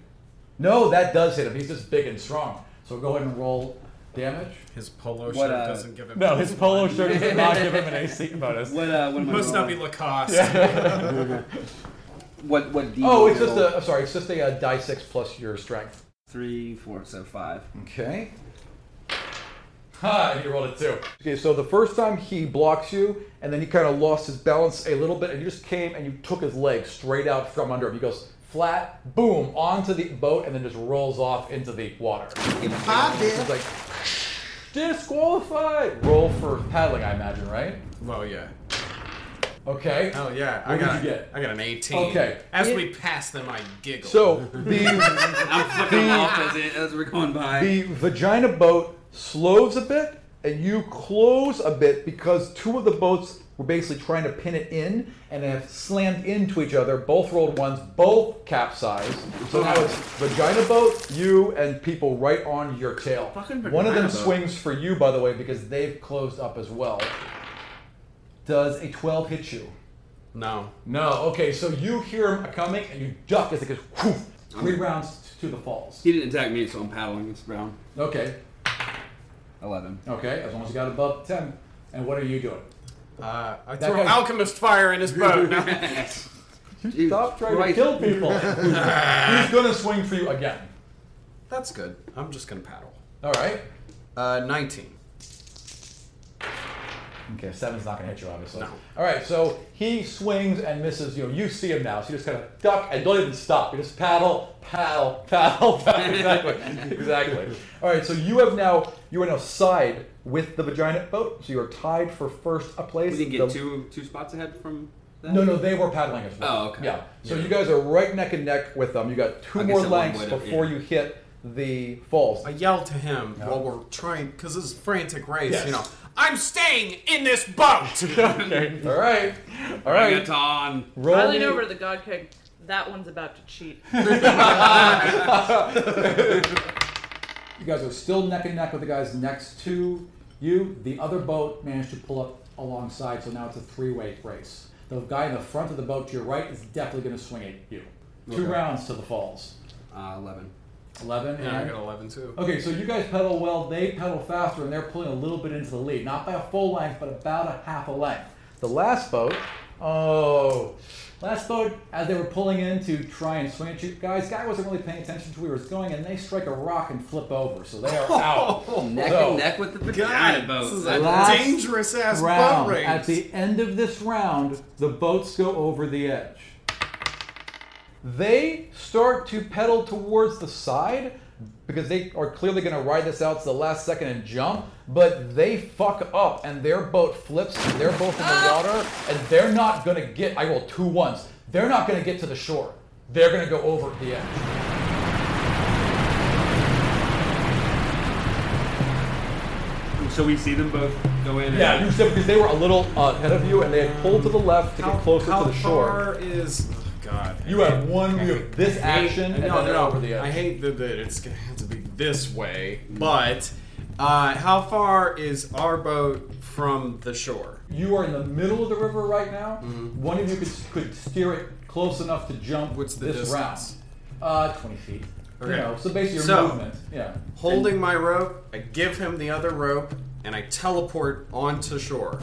Speaker 1: No, that does hit him. He's just big and strong. So go ahead and roll damage.
Speaker 19: His polo
Speaker 1: What,
Speaker 19: shirt
Speaker 1: uh,
Speaker 19: Oh, doesn't give him.
Speaker 1: No, his polo shirt does not give him an AC bonus.
Speaker 9: What, uh, what am I
Speaker 19: Must not be
Speaker 9: rolling?
Speaker 19: Lacoste.
Speaker 1: Yeah.
Speaker 9: what what? D
Speaker 1: Oh, it's just a. I'm sorry, it's just a uh, die six plus your strength.
Speaker 9: Three, four, so five.
Speaker 1: Okay. Ha! and He rolled a two. Okay, so the first time he blocks you, and then he kind of lost his balance a little bit, and you just came and you took his leg straight out from under him. He goes flat, boom, onto the boat, and then just rolls off into the water. He's like disqualified. Roll for paddling, I imagine, right?
Speaker 19: Well, yeah.
Speaker 1: Okay.
Speaker 19: Hell yeah. I
Speaker 1: What
Speaker 19: got,
Speaker 1: did you get?
Speaker 19: I got an 18.
Speaker 1: Okay.
Speaker 19: As
Speaker 1: It-
Speaker 19: we pass them, I giggle.
Speaker 1: So the
Speaker 9: I'm flipping off as, it, as we're going by.
Speaker 1: The vagina boat slows a bit, and you close a bit because two of the boats were basically trying to pin it in and have slammed into each other. Both rolled ones, both capsized. So now it's vagina boat, you, and people right on your tail.
Speaker 9: Fucking
Speaker 1: One of them
Speaker 9: vagina boat.
Speaker 1: swings for you, by the way, because they've closed up as well. Does a 12 hit you?
Speaker 19: No.
Speaker 1: No. Okay, so you hear him coming and you duck as it goes whoosh, three rounds to the falls.
Speaker 9: He didn't attack me, so I'm paddling this round.
Speaker 1: Okay.
Speaker 9: Eleven.
Speaker 1: Okay, as long as you got above 10. And what are you doing?
Speaker 19: Uh, I
Speaker 1: That
Speaker 19: throw
Speaker 1: guy-
Speaker 19: alchemist fire in his boat.
Speaker 1: Stop trying to
Speaker 19: Christ.
Speaker 1: kill people. He's going to swing for you again.
Speaker 19: That's good.
Speaker 2: Uh,
Speaker 19: I'm just gonna paddle.
Speaker 1: All right.
Speaker 19: Uh, 19.
Speaker 1: Okay, seven's not gonna hit you, obviously. All right, so he swings and misses. You know, you see him now, so you just kind of duck and don't even stop. You just paddle, paddle, paddle, paddle. exactly, exactly. All right, so you have now you are now side with the vagina boat, so you are tied for first a place.
Speaker 9: We didn't get
Speaker 1: The-
Speaker 9: two two spots ahead from that.
Speaker 1: No, no, they were paddling as well.
Speaker 9: Oh, okay.
Speaker 1: Yeah. So
Speaker 9: Yeah.
Speaker 1: you guys are right neck and neck with them. You got two
Speaker 2: I guess
Speaker 1: more
Speaker 2: at one
Speaker 1: lengths
Speaker 2: point it-
Speaker 1: before
Speaker 2: yeah.
Speaker 1: you hit the falls.
Speaker 2: I yelled to him
Speaker 1: Yeah.
Speaker 2: while we're trying, because this is a frantic race,
Speaker 1: Yes.
Speaker 2: you know. I'm staying in this boat.
Speaker 1: okay. All right. All right.
Speaker 2: Bring it on.
Speaker 4: I
Speaker 1: Roll
Speaker 4: lean
Speaker 1: me-
Speaker 4: over to the god king. That one's about to cheat.
Speaker 1: You guys are still neck and neck with the guys next to you. The other boat managed to pull up alongside, so now it's a three-way race. The guy in the front of the boat to your right is definitely going to swing at you. Two
Speaker 2: Okay.
Speaker 1: rounds to the falls.
Speaker 9: Uh, eleven.
Speaker 1: Eleven.
Speaker 2: Yeah, I
Speaker 1: and-
Speaker 2: got 11 too.
Speaker 1: Okay, so you guys pedal well. They pedal faster, and they're pulling a little bit into the lead, not by a full length, but about a half a length. The last boat. Oh, last boat. As they were pulling in to try and swing at you guys, guy wasn't really paying attention to where he was going, and they strike a rock and flip over. So they are out.
Speaker 9: Neck
Speaker 1: So-
Speaker 9: and neck with the vagina boat.
Speaker 2: this is a
Speaker 1: Last
Speaker 2: dangerous-ass boat
Speaker 1: round.
Speaker 2: race.
Speaker 1: At the end of this round, the boats go over the edge. They start to pedal towards the side because they are clearly going to ride this out to the last second and jump, but they fuck up and their boat flips and they're both in
Speaker 2: Ah.
Speaker 1: the water and they're not going to get. I rolled two ones. They're not going to get to the shore. They're going to go over the edge.
Speaker 9: So we see them both go in.
Speaker 1: Yeah, you said because they were a little uh, ahead of you and they had pulled to the left to
Speaker 2: How-
Speaker 1: get closer
Speaker 2: how
Speaker 1: to the shore.
Speaker 2: far is oh God? I
Speaker 1: You have
Speaker 2: hate-
Speaker 1: one
Speaker 2: I
Speaker 1: move,
Speaker 2: hate-
Speaker 1: this
Speaker 2: I hate-
Speaker 1: action, and
Speaker 2: no,
Speaker 1: then they're
Speaker 2: no,
Speaker 1: over the edge.
Speaker 2: I hate that, that it's gonna have to be this way, but uh, how far is our boat from the shore?
Speaker 1: You are in the middle of the river right now.
Speaker 2: Mm-hmm.
Speaker 1: One of you could, could steer it close enough to jump What's
Speaker 2: the
Speaker 1: this
Speaker 2: distance?
Speaker 1: round. Uh, 20 feet. You know, so basically your
Speaker 2: So,
Speaker 1: movement. Yeah.
Speaker 2: Holding my rope, I give him the other rope, and I teleport onto shore.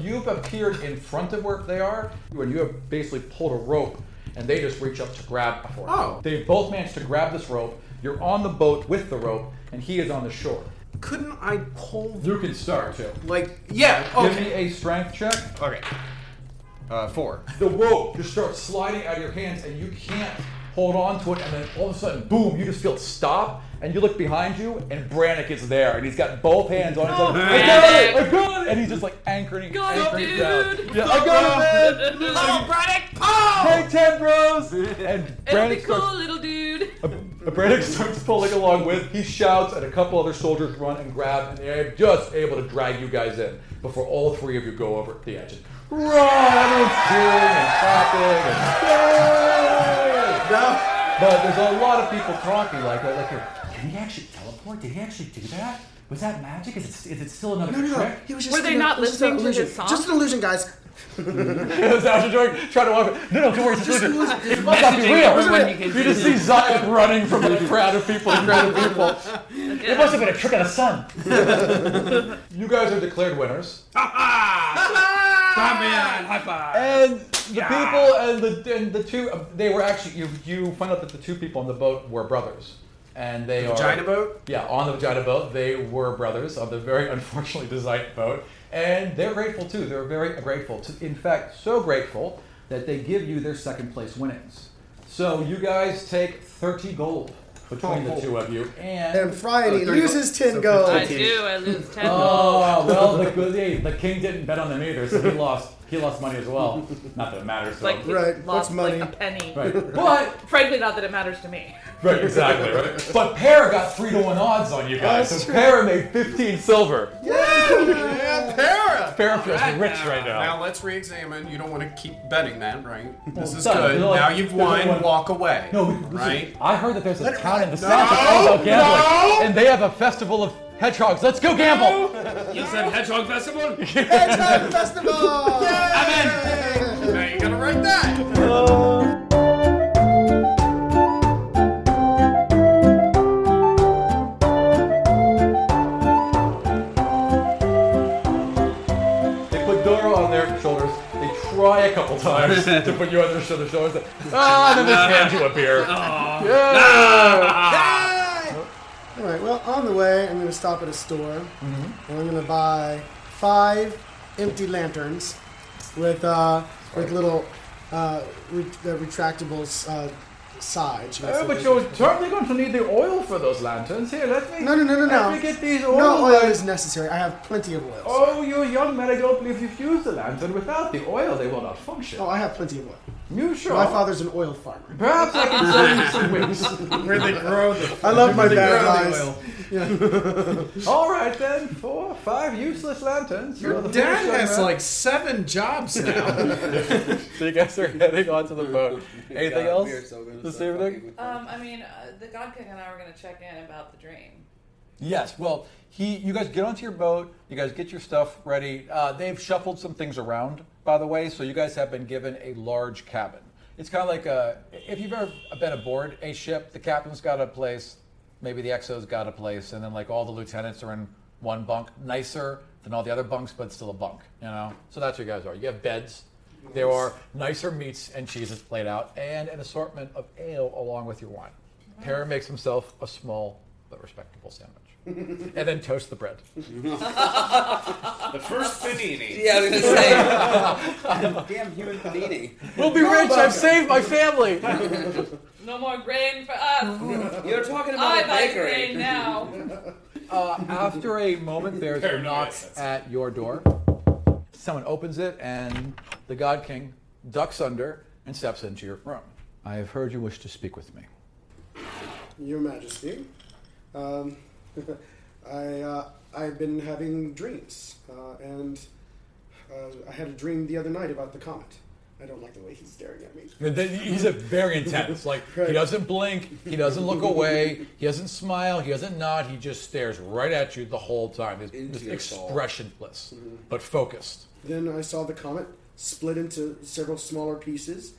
Speaker 1: You've appeared in front of where they are, and you have basically pulled a rope, and they just reach up to grab for it.
Speaker 2: Oh.
Speaker 1: They both managed to grab this rope. You're on the boat with the rope, and he is on the shore.
Speaker 2: Couldn't I pull?
Speaker 1: You can start too.
Speaker 2: Like, yeah,
Speaker 1: Give me
Speaker 2: okay.
Speaker 1: a strength check.
Speaker 2: Okay. Uh, four.
Speaker 1: The rope just starts sliding out of your hands, and you can't hold on to it. And then all of a sudden, boom! You just feel it stop, and you look behind you, and Brannick is there, and he's got both hands on his.
Speaker 2: Oh,
Speaker 1: like, I got it! I
Speaker 2: Brannick!
Speaker 1: got it! And he's just like anchoring,
Speaker 2: Got it,
Speaker 1: anchoring
Speaker 2: dude!
Speaker 1: down. Yeah, I got it, man!
Speaker 2: Little Braddock,
Speaker 1: Hey, ten bros! And
Speaker 4: It'll be
Speaker 1: Brannick
Speaker 4: cool,
Speaker 1: starts,
Speaker 4: little dude.
Speaker 1: Brannick starts pulling along with. He shouts, and a couple other soldiers run and grab, and they're just able to drag you guys in before all three of you go over the edge. Run! And cheering and clapping and. No. But there's a lot of people talking like that. Like, can he actually teleport? Did he actually do that? Was that magic? Is it, is it still another
Speaker 3: No, no, no.
Speaker 1: trick?
Speaker 3: He was
Speaker 4: Were
Speaker 3: just
Speaker 4: they
Speaker 3: an-
Speaker 4: not
Speaker 3: it was just an
Speaker 4: listening to his
Speaker 3: illusion.
Speaker 4: song?
Speaker 3: Just an illusion, guys.
Speaker 1: Is that what you're doing? Trying to walk. No, no, don't worry. It's
Speaker 3: Just
Speaker 1: just
Speaker 3: listen.
Speaker 1: it must not be
Speaker 3: Messaging everyone you
Speaker 1: real.
Speaker 3: can
Speaker 1: You just
Speaker 3: see.
Speaker 1: see Zion running from the crowd of people. The crowd of people. It must have been a trick of the sun. you guys are declared winners. And the people and the and the two uh, they were actually you you find out that the two people on the boat were brothers. And they
Speaker 2: The
Speaker 1: are
Speaker 2: vagina boat?
Speaker 1: Yeah, on the vagina boat. They were brothers on the very unfortunately designed boat. And they're grateful too. They're very grateful. To, in fact, so grateful that they give you their second place winnings. So you guys take 30 gold between
Speaker 2: Oh.
Speaker 1: the two of you. And,
Speaker 3: And Friday
Speaker 1: Oh, 30
Speaker 3: loses
Speaker 1: gold.
Speaker 3: 10
Speaker 1: So
Speaker 3: gold.
Speaker 1: I do,
Speaker 4: I lose ten.
Speaker 1: Oh well, the, the, the king didn't bet on them either, so he lost. He lost money as well. Not that it matters. though.
Speaker 4: Like he lost like a penny.
Speaker 1: Right. But-
Speaker 4: frankly, not that it matters to me.
Speaker 1: Right, exactly. Right. But Para got three to one odds on you guys.
Speaker 2: That's
Speaker 1: so
Speaker 2: true.
Speaker 1: Para made fifteen silver.
Speaker 2: Yeah, para.
Speaker 1: Para feels rich right now.
Speaker 19: Oh.
Speaker 2: Now let's re-examine. You don't want to keep betting that, right? This
Speaker 1: Well,
Speaker 2: is
Speaker 1: done.
Speaker 2: good.
Speaker 1: There's only-
Speaker 2: now you've
Speaker 1: there's only
Speaker 2: won.
Speaker 1: one-
Speaker 2: Walk away.
Speaker 1: No,
Speaker 2: right?
Speaker 1: I heard that there's a town in the
Speaker 2: No,
Speaker 1: south that's all
Speaker 3: Oh,
Speaker 1: about gambling,
Speaker 2: no.
Speaker 1: and they have a festival of hedgehogs. Let's go gamble.
Speaker 9: You said Hedgehog Festival?
Speaker 3: Hedgehog Festival!
Speaker 9: I'm in! Now you gotta write that!
Speaker 1: They put Dora on their shoulders. They try a couple times to put you on their shoulder- shoulders. Ah, and then they hand you a beer. Yeah.
Speaker 3: Ah,
Speaker 1: Mm-hmm.
Speaker 3: All right. Well, on the way, I'm going to stop at a store. And I'm going to buy five empty lanterns with uh, with little uh, re- uh, retractable uh, sides. You can
Speaker 1: Uh,
Speaker 3: see
Speaker 1: but
Speaker 3: those.
Speaker 1: you're certainly going to need the oil for those lanterns. Here, let me.
Speaker 3: No, no, no, no,
Speaker 1: let
Speaker 3: no.
Speaker 1: me get these oil.
Speaker 3: no oil
Speaker 1: lamp-
Speaker 3: is necessary. I have plenty of oil.
Speaker 1: Oh, you young man, I don't believe you've used the lantern. Without the oil, they will not function.
Speaker 3: Oh, I have plenty of oil.
Speaker 1: You sure?
Speaker 3: My father's an oil farmer.
Speaker 1: Perhaps I can sell you some wigs.
Speaker 3: Where they grow the- I love my
Speaker 1: Where they
Speaker 3: bad
Speaker 1: grow the
Speaker 3: guys.
Speaker 1: oil.
Speaker 3: Yeah.
Speaker 1: All right then, four, five useless lanterns.
Speaker 19: Your
Speaker 1: You're the
Speaker 19: dad
Speaker 1: foolish young
Speaker 19: has,
Speaker 1: man.
Speaker 19: like, seven jobs now.
Speaker 1: so you guys are heading onto the boat. Anything
Speaker 19: God,
Speaker 1: else
Speaker 19: we are so gonna
Speaker 1: this
Speaker 19: suck
Speaker 1: evening?
Speaker 20: Um, I mean, uh, the God King and I were gonna check in about the dream.
Speaker 11: Yes. Well, he. You guys get onto your boat. You guys get your stuff ready. Uh, they've shuffled some things around, by the way. So you guys have been given a large cabin. It's kind of like a. If you've ever been aboard a ship, the captain's got a place, maybe the exo's got a place, and then like all the lieutenants are in one bunk, nicer than all the other bunks, but still a bunk. You know. So that's where you guys are. You have beds. There are nicer meats and cheeses laid out, and an assortment of ale along with your wine. Pear makes himself a small but respectable sandwich and then toast the bread.
Speaker 2: The first panini.
Speaker 11: Yeah, I was
Speaker 9: gonna say. Damn human panini.
Speaker 1: We'll be rich. I've saved my family.
Speaker 20: No more grain for us.
Speaker 9: You're talking about
Speaker 20: I
Speaker 9: a
Speaker 20: buy
Speaker 9: bakery.
Speaker 20: grain now.
Speaker 11: Uh, after a moment, there's a knock at your door.
Speaker 1: Someone opens it, and the God King ducks under and steps into your room.
Speaker 11: I have heard you wish to speak with me.
Speaker 3: Your Majesty, um, I uh, I've been having dreams, uh, and uh, I had a dream the other night about the comet. I don't like the way he's staring at me.
Speaker 11: And then he's a very intense. Like he doesn't blink, he doesn't look away, he doesn't smile, he doesn't nod. He just stares right at you the whole time. He's just
Speaker 3: your soul.
Speaker 11: expressionless, but focused.
Speaker 3: Then I saw the comet split into several smaller pieces.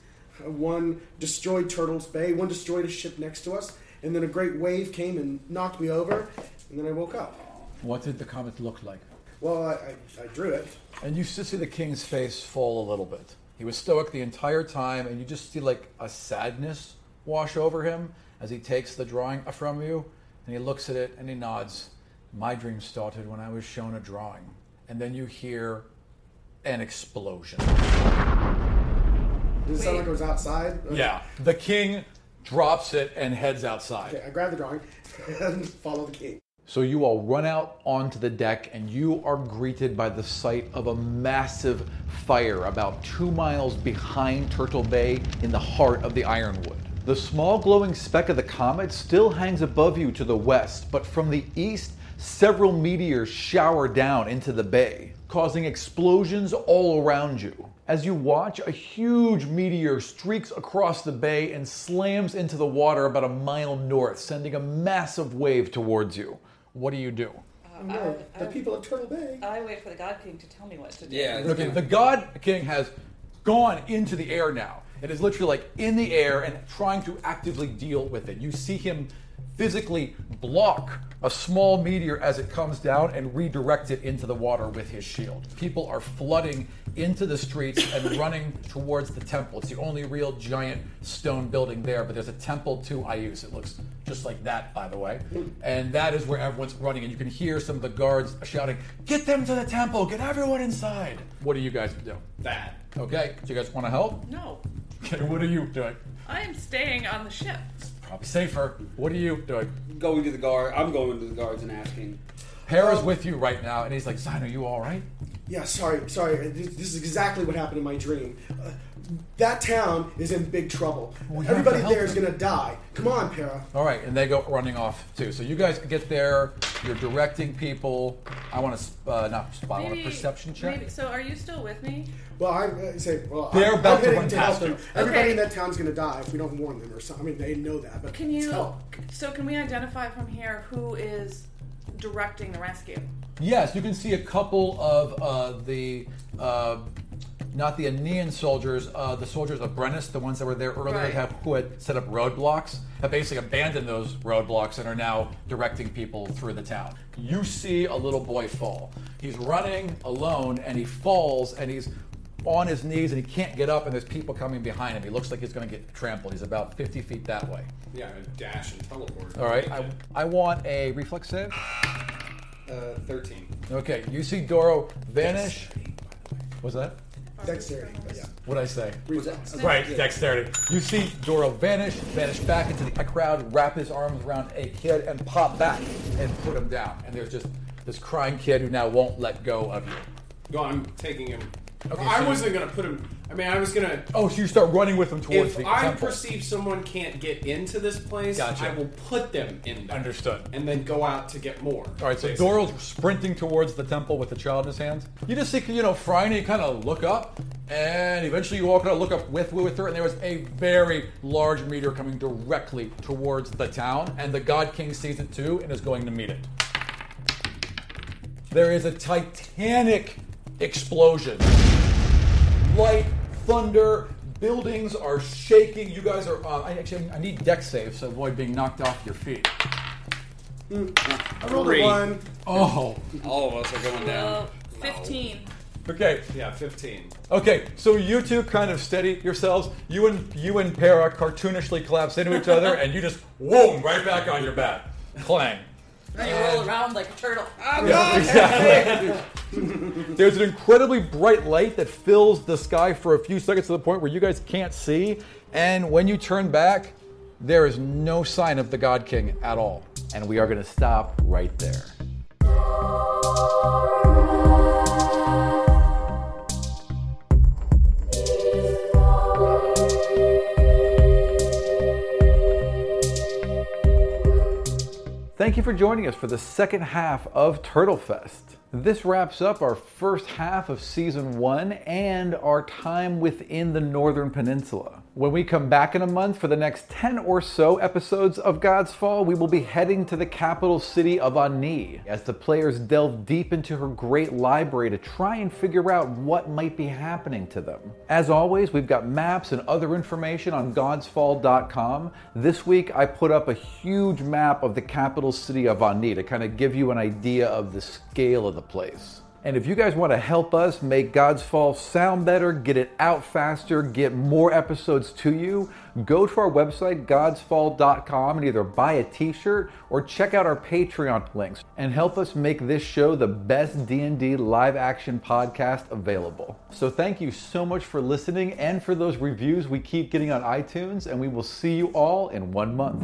Speaker 3: Uh, One destroyed Turtles Bay, one destroyed a ship next to us, and then a great wave came and knocked me over, and then I woke up.
Speaker 11: What did the comet look like?
Speaker 3: Well, I, I, I drew it.
Speaker 11: And you just see the king's face fall a little bit.
Speaker 1: He was stoic the entire time, and you just see like a sadness wash over him as he takes the drawing from you, and he looks at it and he nods. My dream started when I was shown a drawing, and then you hear an explosion.
Speaker 3: Did it sound like I was outside?
Speaker 1: Yeah, the king drops it and heads outside.
Speaker 3: Okay, I grabbed the drawing and followed the king.
Speaker 11: So you all run out onto the deck and you are greeted by the sight of a massive fire about two miles behind Turtle Bay in the heart of the Ironwood. The small glowing speck of the comet still hangs above you to the west, but from the east, several meteors shower down into the bay, causing explosions all around you. As you watch, a huge meteor streaks across the bay and slams into the water about a mile north, sending a massive wave towards you. What do you do?
Speaker 20: Uh,
Speaker 3: no,
Speaker 20: I-
Speaker 3: the
Speaker 20: I-
Speaker 3: people of Turtle Bay.
Speaker 20: I wait for the God King to tell me what to do.
Speaker 1: Okay, the God King has gone into the air now. It is literally like in the air and trying to actively deal with it. You see him physically block a small meteor as it comes down and redirect it into the water with his shield. People are flooding into the streets and running towards the temple. It's the only real giant stone building there, but there's a temple to Ayus. It looks just like that, by the way. And that is where everyone's running, and you can hear some of the guards shouting, Get them to the temple! Get everyone inside! What do you guys do? That. Okay, do you guys want to help?
Speaker 20: No,
Speaker 1: Okay, what are you doing?
Speaker 20: I am staying on the ship.
Speaker 1: Probably safer. What are you doing?
Speaker 9: Going to the guard. I'm going to the guards and asking.
Speaker 1: Hera's with you right now, and he's like, Zion, are you all right?
Speaker 3: Yeah, sorry, sorry. This, this is exactly what happened in my dream. Uh, that town is in big trouble.
Speaker 1: have
Speaker 3: Everybody
Speaker 1: to help
Speaker 3: there is going to die. Come on, Para.
Speaker 1: All right, and they go running off too. So you guys get there. You're directing people. I want to uh, not spot. I want a
Speaker 20: Maybe-
Speaker 1: perception check.
Speaker 20: maybe- so, are you still with me?
Speaker 3: Well, I uh, say, well,
Speaker 1: They're
Speaker 3: I'm,
Speaker 1: about
Speaker 3: I'm
Speaker 1: to
Speaker 3: heading
Speaker 1: run
Speaker 3: to
Speaker 1: past
Speaker 3: help them.
Speaker 1: you.
Speaker 3: Everybody
Speaker 20: Okay.
Speaker 3: in that town's going to die if we don't warn them or something. I mean, they know that, but
Speaker 20: Can you?
Speaker 3: let's help.
Speaker 20: So, can we identify from here who is directing the rescue?
Speaker 1: Yes, you can see a couple of uh, the. Uh, not the Aenean soldiers, uh, the soldiers of Brennus, the ones that were there earlier,
Speaker 20: Right.
Speaker 1: have, who had set up roadblocks, have basically abandoned those roadblocks and are now directing people through the town. You see a little boy fall. He's running alone and he falls and he's on his knees and he can't get up and there's people coming behind him. He looks like he's going to get trampled. He's about 50 feet that way.
Speaker 19: Yeah, dash and teleport.
Speaker 1: All right, I, I want a reflex save.
Speaker 18: Uh, 13.
Speaker 1: Okay, you see Doro vanish. What's that?
Speaker 3: Dexterity.
Speaker 1: What'd I say?
Speaker 18: Reflex. Right, dexterity.
Speaker 1: You see Doro vanish, vanish back into the crowd, wrap his arms around a kid, and pop back and put him down. And there's just this crying kid who now won't let go of you.
Speaker 19: No, I'm taking him.
Speaker 1: Okay,
Speaker 19: I
Speaker 1: so you-
Speaker 19: wasn't gonna put him. I mean, I was gonna.
Speaker 1: Oh, so you start running with him towards
Speaker 19: If
Speaker 1: the
Speaker 19: I
Speaker 1: temple.
Speaker 19: perceive someone can't get into this place,
Speaker 1: Gotcha.
Speaker 19: I will put them in. There
Speaker 1: Understood.
Speaker 19: And then go out to get more.
Speaker 1: All right, so
Speaker 19: basically.
Speaker 1: Doral's sprinting towards the temple with the child in his hands. You just see, you know, Phryne kind of look up, and eventually you all kind of look up with with her, and there was a very large meteor coming directly towards the town, and the God King sees it too and is going to meet it. There is a titanic explosion. Light, thunder, buildings are shaking. You guys are. Uh, I actually, I need deck saves to avoid being knocked off your feet.
Speaker 3: I rolled a one.
Speaker 1: Oh.
Speaker 9: All of us are going down.
Speaker 20: Fifteen.
Speaker 1: Okay.
Speaker 19: Yeah, 15.
Speaker 1: Okay, so you two kind of steady yourselves. You and you and Para cartoonishly collapse into each other, and you just whoom right back on your back. Clang.
Speaker 20: And you roll around like a turtle.
Speaker 1: Yeah, exactly. There's an incredibly bright light that fills the sky for a few seconds to the point where you guys can't see. And when you turn back, there is no sign of the God King at all. And we are going to stop right there. Thank you for joining us for the second half of Turtle Fest. This wraps up our first half of season one and our time within the Northern Peninsula. When we come back in a month for the next 10 or so episodes of God's Fall, we will be heading to the capital city of Ani as the players delve deep into her great library to try and figure out what might be happening to them. As always, we've got maps and other information on godsfall.com. This week, I put up a huge map of the capital city of Ani to kind of give you an idea of the scale of the place. And if you guys want to help us make God's Fall sound better, get it out faster, get more episodes to you, go to our website, godsfall.com, and either buy a t-shirt or check out our Patreon links and help us make this show the best D&D live action podcast available. So thank you so much for listening and for those reviews we keep getting on iTunes, and we will see you all in one month.